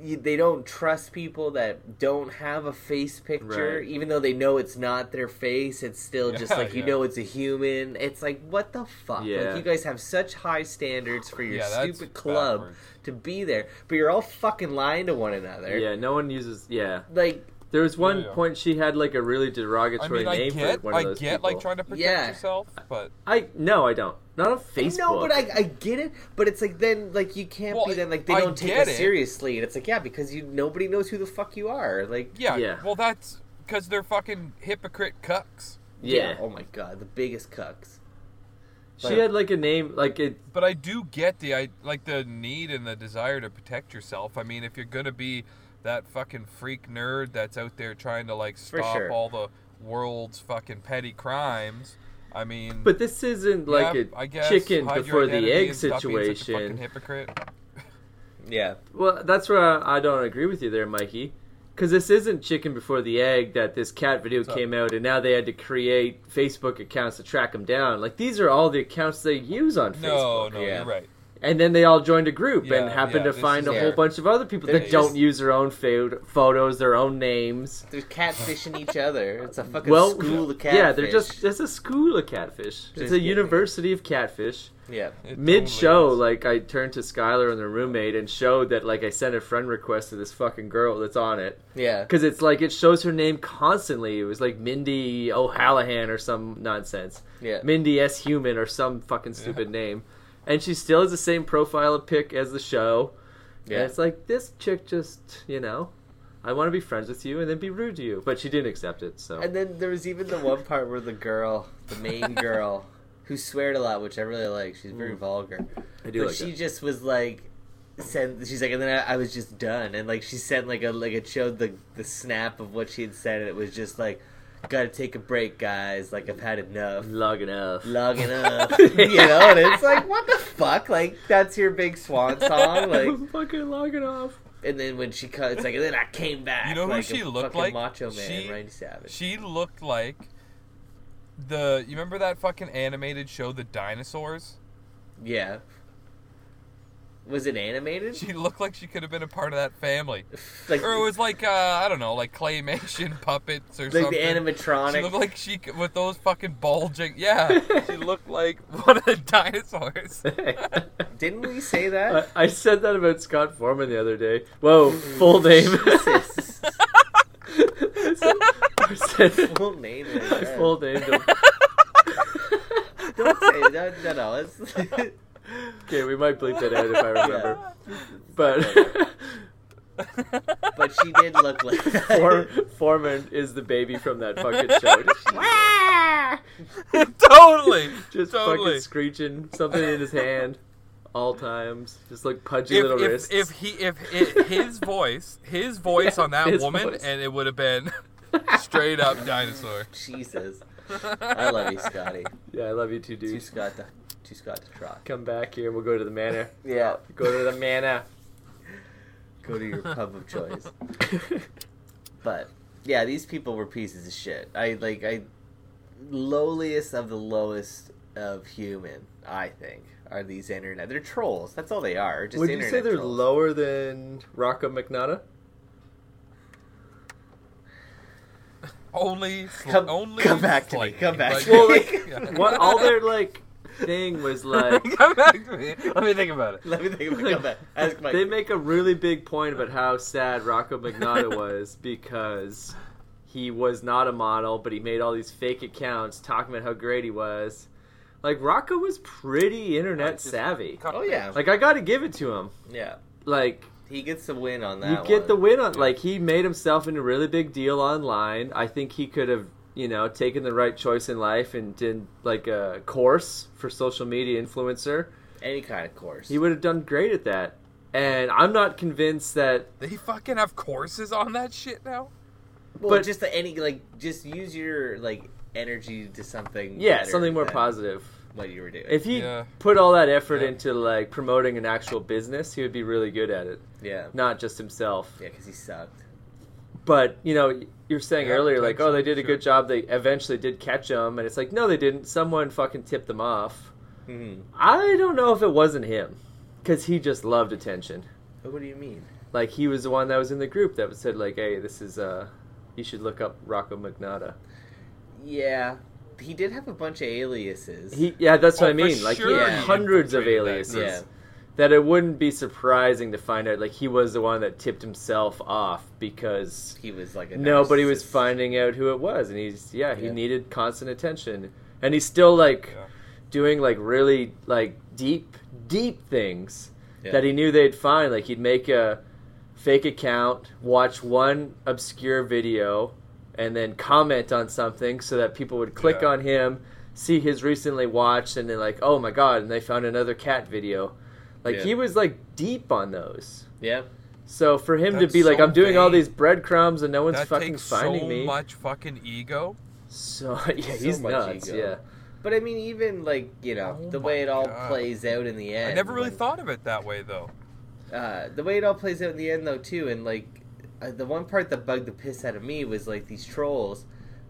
You, they don't trust people that don't have a face picture,
Right.
even though they know it's not their face. It's still just
Yeah,
like you
yeah.
know it's a human. It's like what the fuck?
Yeah.
Like you guys have such high standards for your
Yeah, that's
stupid club
backwards.
to be there, but you're all fucking lying to one another.
Yeah. No one uses. Yeah.
Like
There was one
yeah.
point she had like a really
I
derogatory
mean, I
name
get,
for one
I
of those
get,
people.
like trying to protect
Yeah.
yourself, but
I no, I don't. Not on Facebook.
No, but I, I get it. But it's like then like you can't
Well,
be then like they
I
don't take
get
us
it.
seriously, and it's like yeah because you nobody knows who the fuck you are. Like
yeah.
Yeah.
Well, that's because they're fucking hypocrite cucks.
Yeah.
oh my god, the biggest cucks.
She had like a name like it.
But I do get the I like the need and the desire to protect yourself. I mean, if you're gonna be that fucking freak nerd that's out there trying to like stop
sure.
all the world's fucking petty crimes, I mean,
But this isn't like
yeah,
a
I guess
chicken
hide your
before the
identity
egg
and stop being such a fucking
situation.
hypocrite.
Yeah,
Well, that's where I, I don't agree with you there, Mikey. Because this isn't chicken before the egg that this cat video
up?
came out and now they had to create Facebook accounts to track them down. Like, these are all the accounts they use on
No,
Facebook.
no,
yeah.
you're right.
And then they all joined a group
Yeah,
and happened to
yeah, this
find a
is-
whole
Yeah.
bunch of other people
They're
that don't
just-
use their own fa- photos, their own names.
they're catfishing each other. It's a fucking
Well,
school of catfish.
yeah, they're just, it's a school of catfish. It's
Just-
a
yeah.
university of catfish.
yeah.
It
Mid show,
totally is.
like I turned to Skylar and their roommate and showed that like I sent a friend request to this fucking girl that's on it
Yeah.
because it's like it shows her name constantly. It was like Mindy O'Hallahan or some nonsense,
Yeah.
Mindy S. Human or some fucking stupid name, and she still has the same profile pic as the show. Yeah,
Yeah.
it's like this chick just you know, I want to be friends with you and then be rude to you, but she didn't accept it. So
And then there was even the one part where the girl, the main girl, who sweared a lot, which I really like. She's very vulgar.
I do
But
like
she
that.
just was like, sent. She's like, and then I, I was just done. And like she sent like a like it showed the the snap of what she had said, and it was just like, gotta take a break, guys. Like I've had enough.
Log enough.
Logging up, you know, and it's like, what the fuck? Like that's your big swan song, like.
fucking logging off.
And then when she cut, it's like, and then I came back.
You know who
like
she
a
looked
fucking
like?
Macho Man,
She-
Randy Savage.
She looked like the. You remember that fucking animated show, The Dinosaurs?
yeah. Was it animated?
She looked like she could have been a part of that family.
Like,
Or it was like, uh, I don't know, like claymation puppets or
like
something.
the
She
animatronic.
looked like she c- with those fucking bulging. Yeah, she looked like one of the dinosaurs.
Didn't we say
I,
that?
I said that about Scott Foreman the other day. Whoa, full name.
Jesus.
I said-
Full name. like
I
that.
full named him.
Don't say no, no, no. It's,
Okay, we might bleep that out if I remember. But
but she did look like that.
For, Foreman is the baby from that fucking show.
totally,
Just
totally.
fucking screeching, something in his hand, all times. Just like pudgy
If,
little
if,
wrists.
if he if it, his voice his voice
Yeah,
on that
his
woman
voice.
and it would have been straight up dinosaur.
Jesus. I love you, Scotty.
yeah, I love you too,
Too
dude.
Scott to, too Scott to trot.
Come back here and we'll go to the manor.
Yeah.
Go to the manor.
Go to your pub of choice. But yeah, these people were pieces of shit. I like I lowliest of the lowest of human. I think are these internet. They're trolls. That's all they are. Just
Would you
internet
say they're
trolls.
lower than Rocco McNada?
Only, sl-
Come-
only.
come back to me,
slightly.
come back
Like-
to me. Well,
like,
Yeah.
What all their like thing was like
come back to me. Let me think about it.
Let me think of it. Come back. Ask Mike.
they make a really big point about how sad Rocco Magnotta was because he was not a model, but he made all these fake accounts talking about how great he was. Like Rocco was pretty internet
just-
savvy.
oh yeah,
Like I got to give it to him.
yeah.
Like
He gets the win on that.
you get
one.
the win on. Like he made himself into a really big deal online. I think he could have, you know, taken the right choice in life and did like a course for social media influencer.
any kind of course.
He would have done great at that. And I'm not convinced that
They fucking have courses on that shit now.
well,
but-
just the, any like just use your like energy to something.
Yeah,
better
something more
than
positive.
What you were doing.
If he
Yeah.
put all that effort
Yeah.
into like promoting an actual business, he would be really good at it,
yeah,
not just himself.
yeah, because he sucked.
But you know, you were saying
Yeah,
earlier, like, oh, they
potentially,
did a good job. They eventually did catch him, and it's like, no, they didn't. Someone fucking tipped them off.
Hmm.
I don't know if it wasn't him, because he just loved attention.
What do you mean?
Like he was the one that was in the group that said like, hey, this is uh, you should look up Rocco Magnotta.
Yeah, he did have a bunch of aliases.
He, yeah, that's what
Oh,
I
for
mean. Like
sure
he had
he
hundreds of
infiltrated that
yeah,
aliases. that it wouldn't be surprising to find out like he was the one that tipped himself off because
he was like a
nobody was
narcissist.
finding out who it was and he's yeah he
Yeah.
needed constant attention and he's still like
Yeah.
doing like really like deep deep things
Yeah.
that he knew they'd find like he'd make a fake account watch one obscure video and then comment on something so that people would click
Yeah.
on him see his recently watched and they're like oh my god and they found another cat video like
Yeah.
he was like deep on those
Yeah,
so for him to
That's
be like
so
i'm doing all
vain.
these breadcrumbs and no one's
that
fucking
takes
finding
so
me
much fucking ego.
so yeah
So
he's
much
nuts
ego.
yeah
but I mean, even like you know
Oh
the
my
way it all
God.
plays out in the end.
I never really
when-
thought of it that way though.
uh, the way it all plays out in the end though too and like uh, the one part that bugged the piss out of me was like these trolls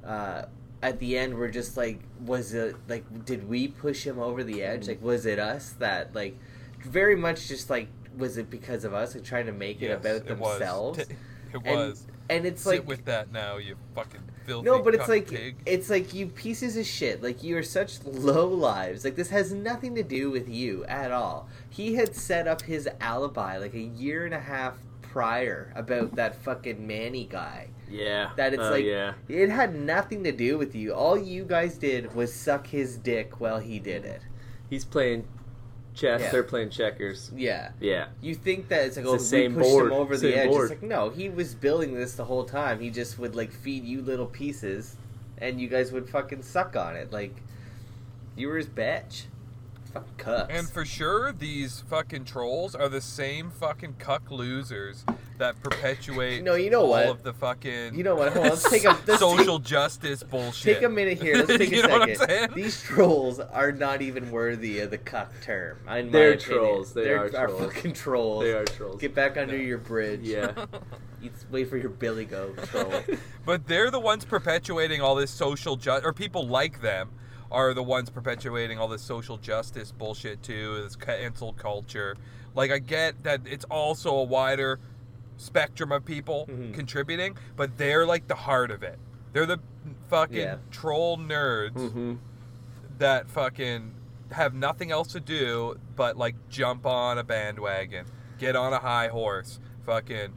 uh, at the end were just like was it like did we push him over the edge like was it us that like very much just like was it because of us like trying to make it
Yes,
about
it was.
themselves
It
And-
was.
and it's
Sit
like
with that now, you fucking filthy.
no, but it's
cunt
like
pig.
it's like you pieces of shit. Like you are such low lives. Like this has nothing to do with you at all. He had set up his alibi like a year and a half prior about that fucking Manny guy.
yeah
That it's
Oh,
like
yeah
it had nothing to do with you. All you guys did was suck his dick while he did it.
He's playing chess.
Yeah.
They're playing checkers.
Yeah.
Yeah.
You think that it's like
It's
oh
the same
we pushed
board,
him over
same
the edge?
board.
It's like no, he was building this the whole time. He just would like feed you little pieces, and you guys would fucking suck on it. Like you were his bitch, fucking cucks.
And for sure, these fucking trolls are the same fucking cuck losers that perpetuate
No, you know
all
what?
of the fucking
You know what? Hold on, let's take a- let's
social justice bullshit.
Take a minute here. Let's take
you
a
know what I'm saying?
second. These trolls are not even worthy of the cuck term. In my
They're
opinion.
trolls. They
They're
are trolls.
fucking trolls.
They are trolls.
Get back under
No.
your bridge.
Yeah.
You- Wait for your Billy Goat troll.
But they're the ones perpetuating all this social justice, or people like them are the ones perpetuating all this social justice bullshit too, this cancel culture. Like I get that it's also a wider spectrum of people contributing, but they're like the heart of it. They're the fucking
Yeah.
troll nerds
Mm-hmm.
that fucking have nothing else to do but like jump on a bandwagon, get on a high horse, fucking,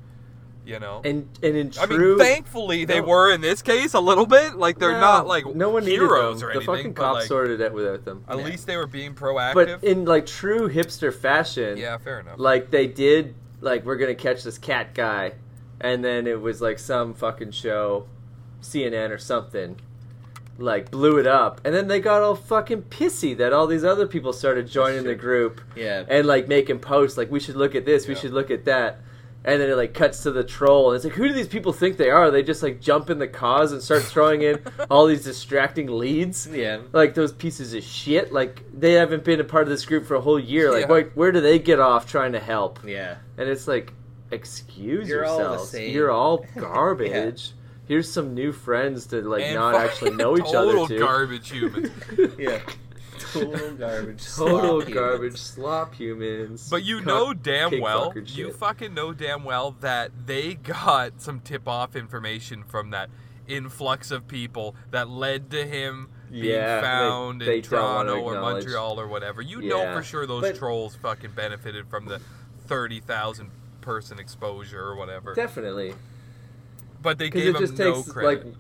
you know.
And and in
I
true,
mean, thankfully they
No.
were in this case a little bit. Like they're
No,
not like
no one needed
heroes
them.
or
the
anything.
fucking
but,
cops
like,
sorted it without them.
At
Yeah.
least they were being proactive.
But in like true hipster fashion,
yeah, fair enough.
like they did like we're gonna catch this cat guy and then it was like some fucking show cnn or something like blew it up and then they got all fucking pissy that all these other people started joining the
Shit.
group
Yeah.
and like making posts like we should look at this we
Yeah.
should look at that and then it like cuts to the troll and it's like who do these people think they are they just like jump in the cause and start throwing in all these distracting leads
yeah.
like those pieces of shit. Like they haven't been a part of this group for a whole year. Like
Yeah.
where, where do they get off trying to help?
Yeah.
And it's like, excuse
You're all the
yourselves.
same.
You're all garbage. Here's some new friends to like
And
not
fucking
actually know each
total
other to.
garbage humans.
Yeah. Total garbage.
total
slop
garbage
humans.
slop humans.
But you
Cunt
know damn
pig
well,
fucker
you
shit.
fucking know damn well that they got some tip off information from that influx of people that led to him being
Yeah, they-
found
they
in
don't wanna
Toronto or
acknowledge.
Montreal or whatever. You know
Yeah.
for sure those
But-
trolls fucking benefited from the 30,000 person exposure or whatever.
Definitely,
but they
because
gave
it
him
just
no
takes
credit.
like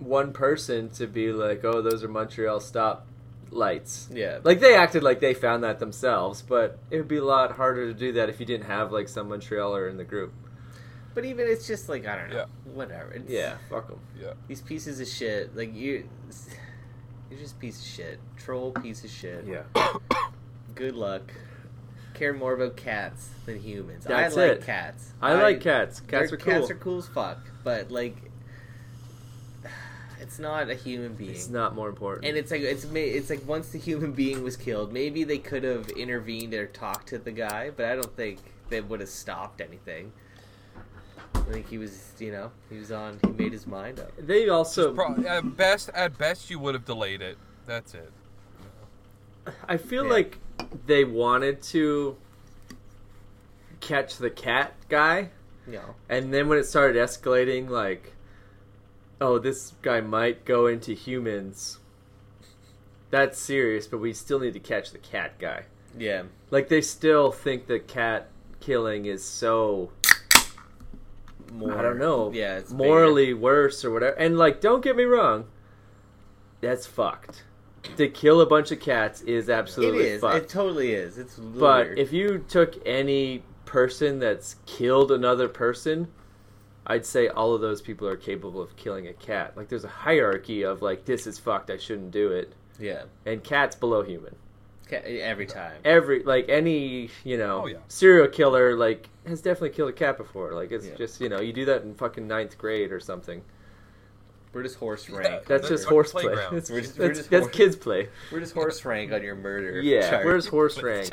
one person to be like, "Oh, those are Montreal stop lights."
Yeah.
Like they acted like they found that themselves, but it would be a lot harder to do that if you didn't have like some Montrealer in the group.
But even it's just like I don't know. Whatever. It's-
Yeah, fuck 'em.
yeah.
These pieces of shit. Like you. You're just a piece of shit. Troll piece of shit.
Yeah,
Good luck. Care more about cats than humans.
That's
I like
it.
cats.
I like cats. Cats
they're-
are cool.
Cats are cool as fuck. But like, it's not a human being.
It's not more important.
and it's like it's ma- it's like once the human being was killed, maybe they could have intervened or talked to the guy, but I don't think they would have stopped anything. I think he was, you know, he was on. He made his mind up.
they also,
Pro- at best at best you would have delayed it. That's it.
I feel
Yeah.
like they wanted to catch the cat guy,
You know,
and then when it started escalating, like, oh, this guy might go into humans. That's serious, but we still need to catch the cat guy.
yeah,
Like they still think that cat killing is so
more.
I don't know.
Yeah, it's bigger.
morally worse or whatever. And like, don't get me wrong, that's fucked. To kill a bunch of cats is
It
absolutely
is.
fucked.
It totally is. It's
but
weird.
if you took any person that's killed another person, I'd say all of those people are capable of killing a cat. Like, there's a hierarchy of like, this is fucked. I shouldn't do it.
yeah,
And cats below human.
Ca- every time.
Every like any you know
Oh, yeah.
serial killer like has definitely killed a cat before. Like it's
Yeah.
just you know you do that in fucking ninth grade or something.
We're just horse rank.
That's
That's
just
fucking
horseplay.
playground.
That's,
We're just- we're
that's,
just
that's
horse-
kids play.
We're just horse rank on your murder.
Yeah,
chart.
where's horse rank?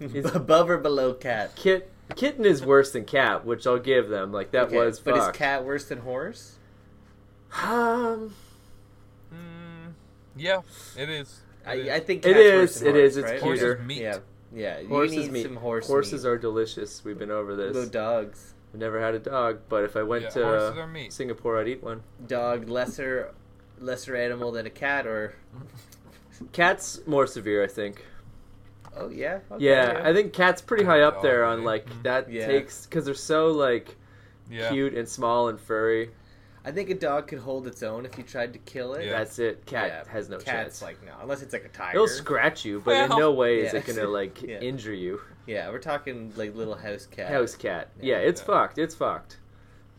Is-
above or below cat?
Kit kitten is worse than cat, which I'll give them. Like that
Okay,
was
But
fucked.
is cat worse than horse?
Um,
Mm, yeah, it is. It
I, I
is.
think
It
cat's worse
is,
than
it
horse,
is, it's
right?
Horse is
cuter.
meat.
Yeah, yeah. You
horses
need
meat.
some horse
horses
meat.
are delicious. We've been over this.
little dogs.
I've never had a dog, but if I went
Yeah,
to
horses are meat.
Singapore, I'd eat one.
Dog lesser, lesser animal than a cat, or
Cats more severe, I think.
oh yeah, okay,
yeah, I think cats pretty high up there on
Dog,
like
mhm.
that
Yeah.
takes because they're so like
Yeah.
cute and small and furry.
I think a dog could hold its own if you tried to kill it.
Yeah.
That's it. Cat
Yeah,
has no
cat's
chance.
like no, unless it's like a tiger.
It'll scratch you, but in no
Well,
way is
yeah.
it gonna like
Yeah.
injure you.
yeah, we're talking like little house cat.
House cat.
Yeah.
Yeah, it's
Yeah.
fucked. It's fucked.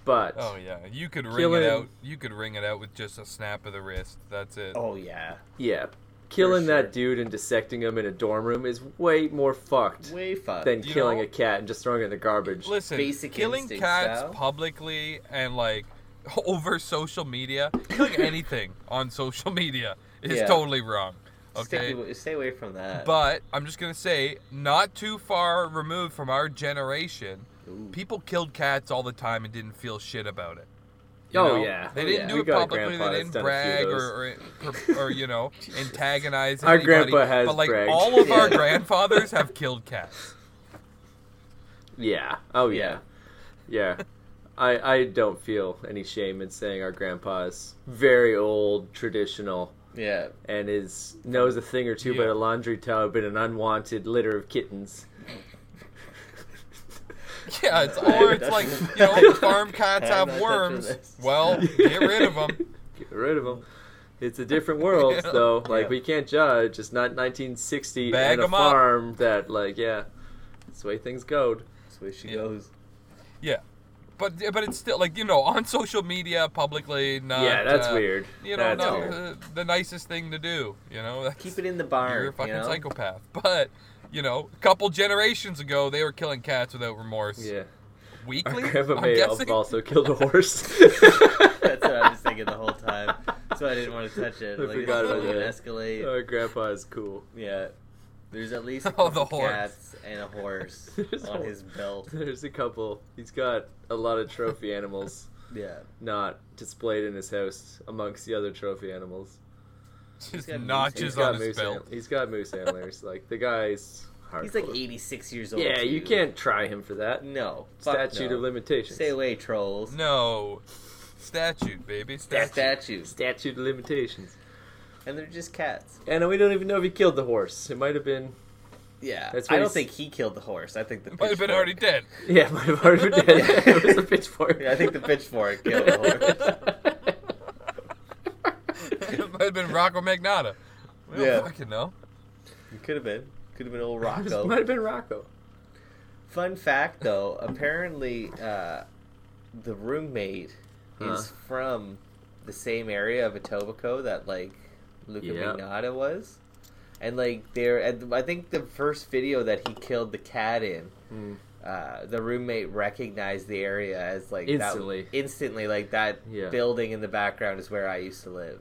But
Oh yeah, you could ring
Killing-
it out. You could ring it out with just a snap of the wrist. That's it.
Oh yeah,
yeah, killing
sure.
that dude and dissecting him in a dorm room is way more fucked
way fucked.
than
Uh, You
killing
know-
a cat and just throwing it in the garbage.
Listen,
Basic
killing
instinct
cats
style.
publicly and like over social media, killing anything on social media is
Yeah.
totally wrong.
Stick
Okay.
away- stay away from that.
But I'm just gonna say, not too far removed from our generation,
Ooh.
people killed cats all the time and didn't feel shit about it. You
Oh,
know?
yeah.
They
Oh,
didn't
yeah.
do
We
it
got a
publicly.
grandpa that's
They didn't
done a few
brag
of
or, or, or you know antagonize.
Our
anybody.
grandpa has
but like
bragged.
all of our
Yeah.
grandfathers have killed cats.
Yeah. Oh yeah. Yeah. I I don't feel any shame in saying our grandpa is very old, traditional,
Yeah.
and is knows a thing or two
Yeah.
about a laundry tub and an unwanted litter of kittens.
Yeah, it's or it's like you know farm cats
I'm
have
not touching
worms.
this.
Well, get rid of them.
Get rid of them. It's a different world,
Yeah.
though. Like
Yeah.
we can't judge. It's not 1960
Bag
and a
'em up.
farm that, like, yeah, that's the way things go.
That's the way she
Yeah.
goes.
Yeah, but but it's still like you know on social media publicly. Not,
yeah, that's
uh,
weird.
You know,
that's
not
weird.
uh, the nicest thing to do. You know, that's,
Keep it in the barn.
You're a fucking
you know?
psychopath. But you know, a couple generations ago, they were killing cats without remorse.
Yeah, our
Weekly,
grandpa
I'm
may have
guessing.
also killed a horse.
That's what I was thinking the whole time. That's why I didn't want to touch it.
I
Like, it's
forgot about
going
that.
escalate.
our grandpa is cool.
Yeah. There's at least a
Oh,
couple
the horse.
cats and a horse
There's
on
a-
his belt.
There's a couple. He's got a lot of trophy animals
Yeah.
not displayed in his house amongst the other trophy animals.
Just
got moose
notches
He's
Just
on
got
his
moose.
belt.
an- he's got moose antlers. Like the guy's. Hardcore.
He's like 86 years old.
Yeah, you
too.
can't try him for that.
No. Fuck
Statute
no.
of limitations.
Stay away, trolls.
No, statute, baby,
They're
statute.
statues.
Statute of limitations.
And they're just cats.
And we don't even know if he killed the horse. It might have been.
Yeah.
That's what
I don't
he's-
think he killed the horse. I think the
Might have been already dead.
Yeah, it might have already been dead. it was a pitchfork.
Yeah, I think the pitchfork killed the horse.
it might have been Rocco Magnata. We don't
Yeah.
fucking know.
Could have been. Could have been old
It
Rocco.
might have been Rocco.
Fun fact, though, apparently uh, the roommate
Huh.
is from the same area of Etobicoke that like Luca
Yeah.
Magnotta was, and like there, and I think the first video that he killed the cat in.
Mm.
Uh, the roommate recognized the area as like
Instantly.
that, instantly like that
Yeah.
building in the background is where I used to live.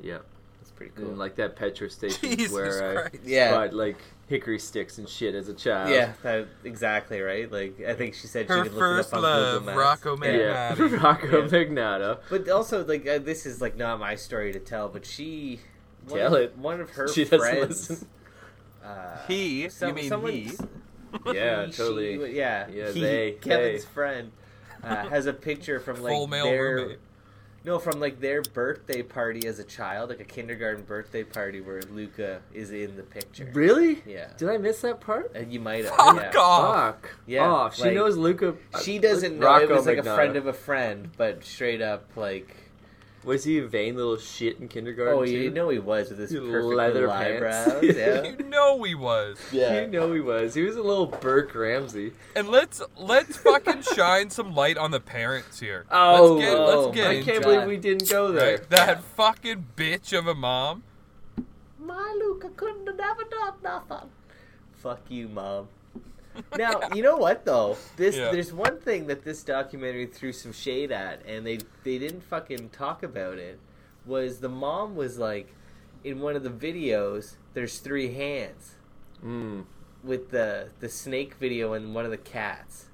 Yeah.
It's pretty cool.
And like that petrol station
Jesus
where I
Christ.
uh, yeah,
spied, like hickory sticks and shit as a child.
yeah, that, exactly right. Like I think she said
Her
she could
first
look it up on
love,
Google Maps.
Rocco
Yeah.
Yeah.
Magnata.
Rocco
Yeah.
Magnato.
But also, like uh, this is like not my story to tell, but she one
Tell
of,
it.
One of her
She doesn't
friends.
listen.
Uh,
He,
some-
you mean
someone-
he?
Yeah,
he,
totally.
she, yeah,
Yeah,
he-
they-
Kevin's
they.
friend uh, has a picture from like
Full male
their
roommate.
no from like their birthday party as a child, like a kindergarten birthday party where Luca is in the picture.
Really?
Yeah.
Did I miss that part?
And you might have.
Fuck
yeah.
off.
Fuck.
Yeah,
Off. She
like-
knows Luca. uh,
She doesn't know it
Rocco
was like a
Magnotta.
friend of a friend, but straight up like.
Was he a vain little shit in kindergarten?
Oh,
too?
you know he was with his
You
perfect
leather
little
pants.
eyebrows. Yeah.
You know he was.
You know he was. He was a little Burke Ramsey.
And let's let's fucking shine some light on the parents here.
Oh,
let's get,
oh
let's get
I
into
can't
it,
believe
God.
we didn't go there.
right? That fucking bitch of a mom.
My Luca couldn't have never done nothing. Fuck you, mom. Now you know what though. This
Yeah.
there's one thing that this documentary threw some shade at, and they they didn't fucking talk about it. Was the mom was like, in one of the videos, there's three hands
Mm.
with the the snake video and one of the cats.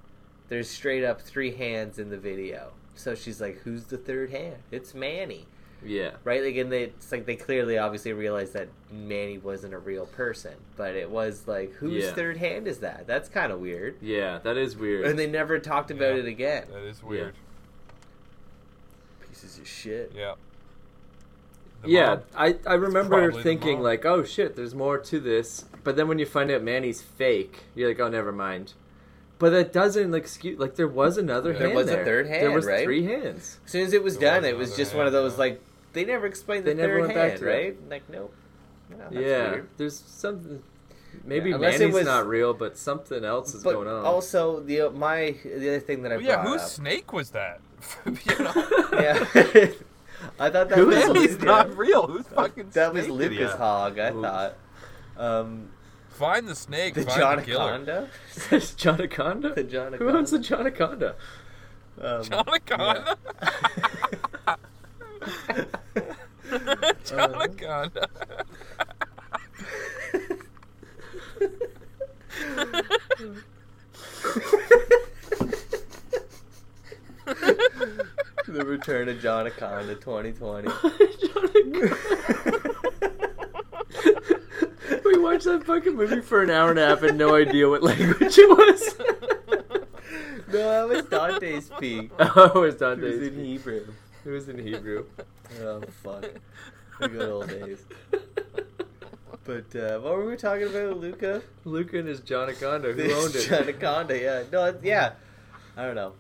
There's straight up three hands in the video. So she's like, "Who's the third hand? It's Manny."
Yeah.
right? Like, and they, it's like they clearly, obviously realized that Manny wasn't a real person, but it was like, whose
Yeah.
third hand is that? That's kind of weird.
Yeah. That is weird.
And they never talked about
Yeah.
it again.
That is weird.
Pieces of shit.
Yeah. The
yeah,
mom.
I, I remember
probably the
thinking
mom.
like, oh shit, there's more to this. But then when you find out Manny's fake, you're like, oh, never mind. But that doesn't excuse like there was another
Yeah.
hand.
There
was a third
There
hand,
was
right?
three hands.
As soon as it was
There
done,
was
it was
another
just one of
hand,
those
yeah.
like they never explained the
They never
third
went back
hand,
to that.
right? Like, nope. No, that's
yeah,
weird.
there's something. Maybe
Yeah, unless it
Manny's
was-
not real, but something else is
But
going on.
also the uh, my the other thing that I
Well, Oh, yeah,
brought
whose
up.
snake was that? you know?
yeah. I thought that
Who
was
is
Manny's
Luca.
not real. Who's fucking
That was
snake did he
Lucas
have?
Hogg, I
Oops.
thought. Um,
Find the snake.
the
find
John
the killer.
Aconda?
There's Jonaconda.
The Jonaconda.
Who owns the Jonaconda?
Um,
John Aconda. John
Uh-huh.
Aconda.
Never
Return of John Aconda 2020.
we watched that fucking movie for an hour and a half and no idea what language it was.
no, that was Dante's Peak.
oh,
It
it was
was in
Dante's.
Hebrew.
It was in Hebrew.
Oh fuck, the good old days. But uh, what were we talking about, Luca?
Luca and his John Aconda. Who
This
owned it?
Anaconda, yeah. No, it's, yeah. I don't know.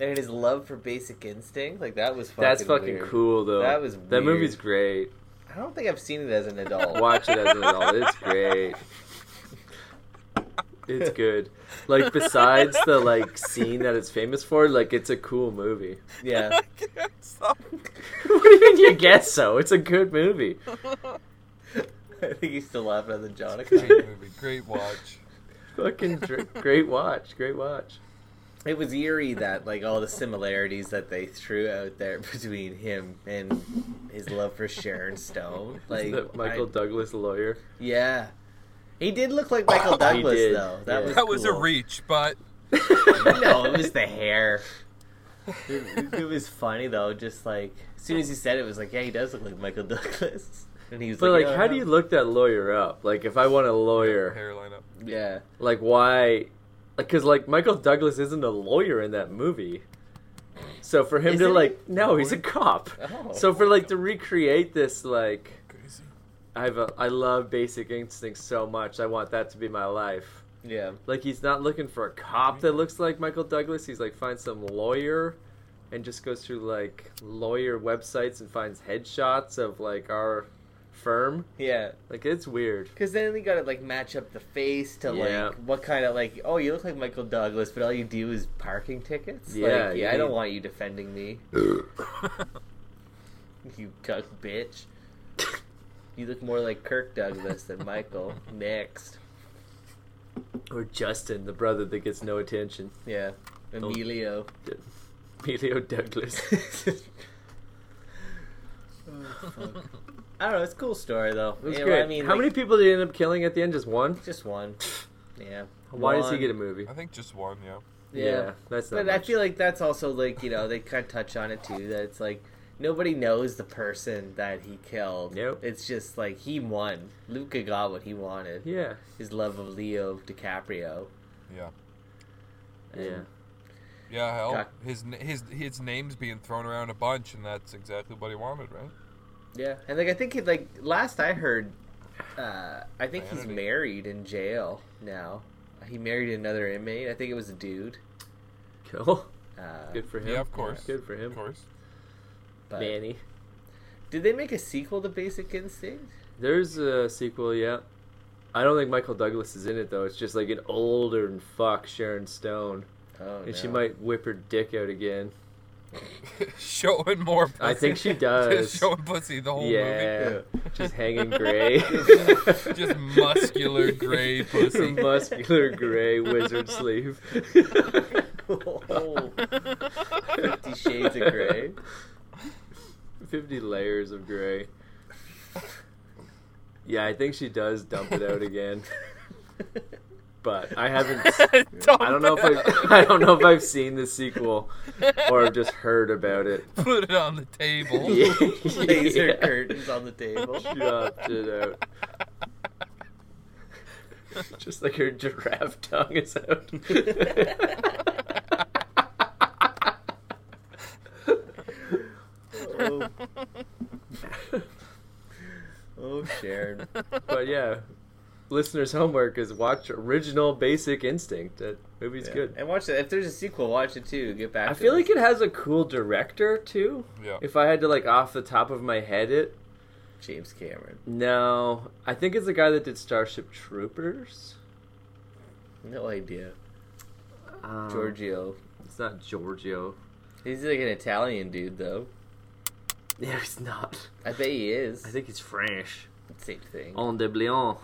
And his love for Basic Instinct, like that was fucking.
That's fucking
weird.
cool, though.
That was
That
weird.
movie's great.
I don't think I've seen it as an adult.
Watch it as an adult. It's great. It's good. Like besides the like scene that it's famous for, like it's a cool movie.
Yeah,
can't stop.
what do you mean you guess so? It's a good movie.
I think he's still laughing at the John Anaconda.
Great movie, great watch.
Fucking dr- great watch. Great watch.
It was eerie that like all the similarities that they threw out there between him and his love for Sharon Stone. Like
The Michael
I-
Douglas lawyer.
yeah, he did look like Michael Douglas
did,
though. That
yeah.
was
That was a
cool.
reach, but
no, it was the hair. It, it was funny though. Just like as soon as he said it, it was like, yeah, he does look like Michael Douglas. And he was
But like,
"Yeah,
how do you look that lawyer up? Like, if I want a lawyer,
hair lineup.
Yeah,
like, why? Like, cause like Michael Douglas isn't a lawyer in that movie. So for him to
Isn't
like, no, he's a cop.
Oh.
So for like to recreate this, like,
Crazy.
I have a, I love Basic Instinct so much. I want that to be my life.
yeah.
Like, he's not looking for a cop that looks like Michael Douglas. He's like, find some lawyer, and just goes through like lawyer websites and finds headshots of like our firm.
Yeah,
Like, it's weird.
because then they got to like match up the face to
Yeah.
like what kind of like oh you look like Michael Douglas, but all you do is parking tickets.
Yeah,
like,
you
yeah. I don't
need-
want you defending me, you cuck bitch. You look more like Kirk Douglas than Michael. Next,
Or Justin, the brother that gets no attention.
yeah, Emilio.
Emilio Douglas.
I don't know. It's a cool story though.
It was
You know,
great.
I mean,
How
like,
many people did he end up killing at the end? Just one?
Just one. Yeah.
Why does he
One.
get a movie?
I think just one, yeah.
Yeah.
that's not
But I feel like that's also like you know they kind of touch on it too. That it's like nobody knows the person that he killed.
Nope.
It's just like he won. Luca got what he wanted.
Yeah,
His love of Leo DiCaprio.
Yeah.
yeah.
Yeah, hell.
Got-
His n- his his name's being thrown around a bunch, and that's exactly what he wanted, right?
Yeah. And like I think he, like last I heard, uh, I think he's
Vanity.
married in jail now. He married another inmate. I think it was a dude.
Cool.
Uh,
Good for him.
Yeah, of course.
Good for him.
Of course.
but-
Manny.
Did they make a sequel to Basic Instinct?
There's a sequel, yeah. I don't think Michael Douglas is in it though. It's just like an older and fuck Sharon Stone,
Oh,
and she might whip her dick out again.
showing more. Pussy.
I think she
Just
does.
showing pussy the whole
yeah, just hanging gray.
movie. Just muscular gray pussy.
Muscular gray wizard sleeve.
Oh, Fifty Shades of Grey.
50 layers of gray. Yeah, I think she does dump it out again, but I haven't. I don't know if I've, I don't know if I've seen the sequel or I've just heard about it.
put it on the table.
Yeah.
Laser
Yeah.
curtains on the table.
Dropped it out. Just like her giraffe tongue is out.
Oh, oh Sharon.
but yeah, listeners' homework is watch original Basic Instinct. That movie's
Yeah.
good.
And watch it. If there's a sequel, watch it too. Get back.
I
to
feel
us.
like it has a cool director too.
Yeah.
If I had to like off the top of my head, it
James Cameron.
no, I think it's the guy that did Starship Troopers.
No idea.
Um,
Giorgio.
it's not Giorgio.
He's like an Italian dude though.
Yeah, he's not.
I bet he is.
I think he's French.
Same thing.
On de Blion.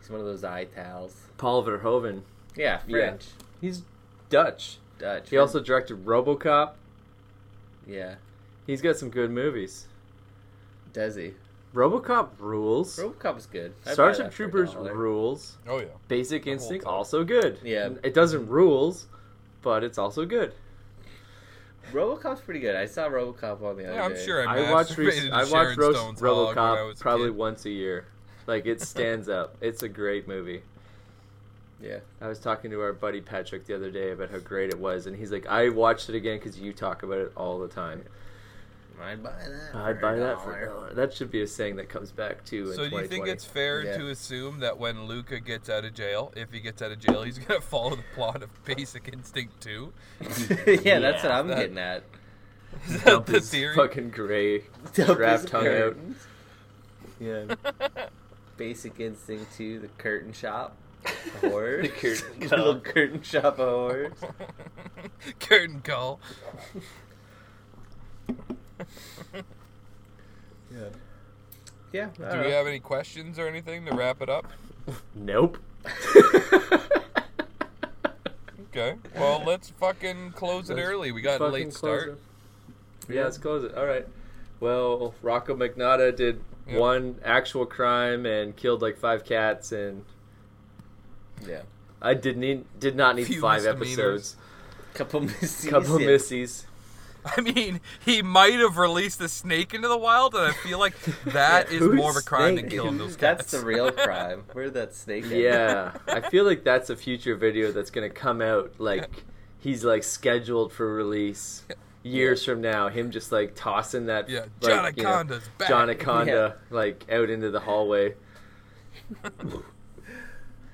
He's one of those eye towels.
Paul Verhoeven.
Yeah, French,
He's Dutch.
Dutch.
He also directed RoboCop.
yeah.
He's got some good movies.
Does he?
RoboCop rules.
RoboCop is good. I'd buy
Starship
that for a
Troopers
dollar.
rules.
Oh yeah.
Basic
whole
Instinct
time.
also good.
Yeah.
It doesn't rules, but it's also good.
RoboCop's pretty good. I saw RoboCop on the other
Yeah, I'm
day.
sure I,
I watch
masturbated
re-
to
I watch
Sharon
Ro-
Stone's hog when I was
RoboCop
a
probably
kid.
once a year. Like it stands up. It's a great movie.
Yeah.
I was talking to our buddy Patrick the other day about how great it was, and he's like, "I watched it again because you talk about it all the time.
I'd buy that.
I'd buy that for a
dollar.
dollar." That should be a saying that comes back too. In
So do you think
2020.
it's fair
Yeah.
to assume that when Luca gets out of jail, if he gets out of jail, he's gonna follow the plot of Basic Instinct 2?
yeah, that's what
Yeah,
I'm
that-
getting at.
Is that
Dump
the
his
theory?
fucking gray
Dump
Wrapped
his
tongue out.
curtains. Yeah. Basic Instinct 2, the curtain shop. of Horror.
The curtain
Little
shop.
curtain shop of horror.
Curtain call.
Yeah. Yeah. I
Do
don't
we
know.
have any questions or anything to wrap it up?
Nope.
Okay. Well, let's fucking close it
Let's
early. We got a
Fucking
late
close
start.
it. Yeah, let's close it. All right. Well, Rocco Magnata did
Yeah.
one actual crime and killed like five cats, and
Yeah.
I did need did not need
Few
five episodes.
misdemeanors.
Couple misses.
Couple
yeah.
missies.
I mean, he might have released a snake into the wild, and I feel like that is
Who's
more of a crime than
snake?
killing those
That's
cats.
the real crime. Where'd that snake at?
Yeah, I feel like that's a future video that's gonna come out. Like he's like scheduled for release years from now. Him just like tossing that.
Yeah,
like, you know,
Jonaconda's back.
John Aconda, like out into the hallway.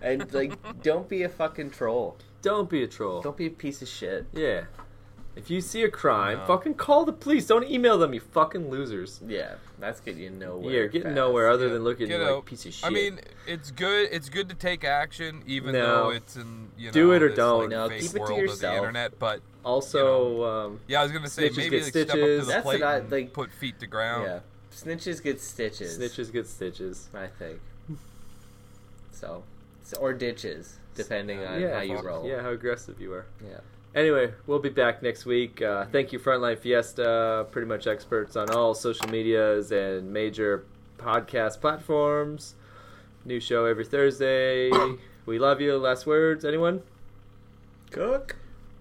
And, like, don't be a fucking troll.
Don't be a troll.
Don't be a piece of shit.
Yeah. If you see a crime,
No.
fucking call the police. Don't email them, you fucking losers.
Yeah. That's getting you nowhere.
yeah, you're getting
fast.
nowhere other
Yeah,
than looking
get
like
out.
piece of shit.
I mean, it's good. It's good to take action, even
No.
though it's in you know
Do it or
this,
don't.
Like,
No,
fake
keep it to
world of the
yourself.
internet, but
also, um,
yeah, I was gonna say
Snitches
maybe
get
like, step up to
stitches.
the
That's
plate
what I-
and
like-
put feet to ground.
Yeah. Snitches get stitches.
snitches get stitches.
I think. So, so- or ditches, depending on
yeah,
how you
fuck,
roll.
Yeah, how aggressive you are.
Yeah.
Anyway, we'll be back next week. Uh, thank you, Frontline Fiesta. Pretty much experts on all social medias and major podcast platforms. New show every Thursday. we love you. Last words, anyone?
Cook.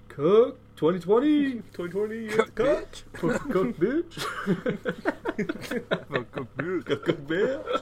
Cook 2020.
2020
Cook, bitch.
cook, cook, bitch. cook, cook, bitch.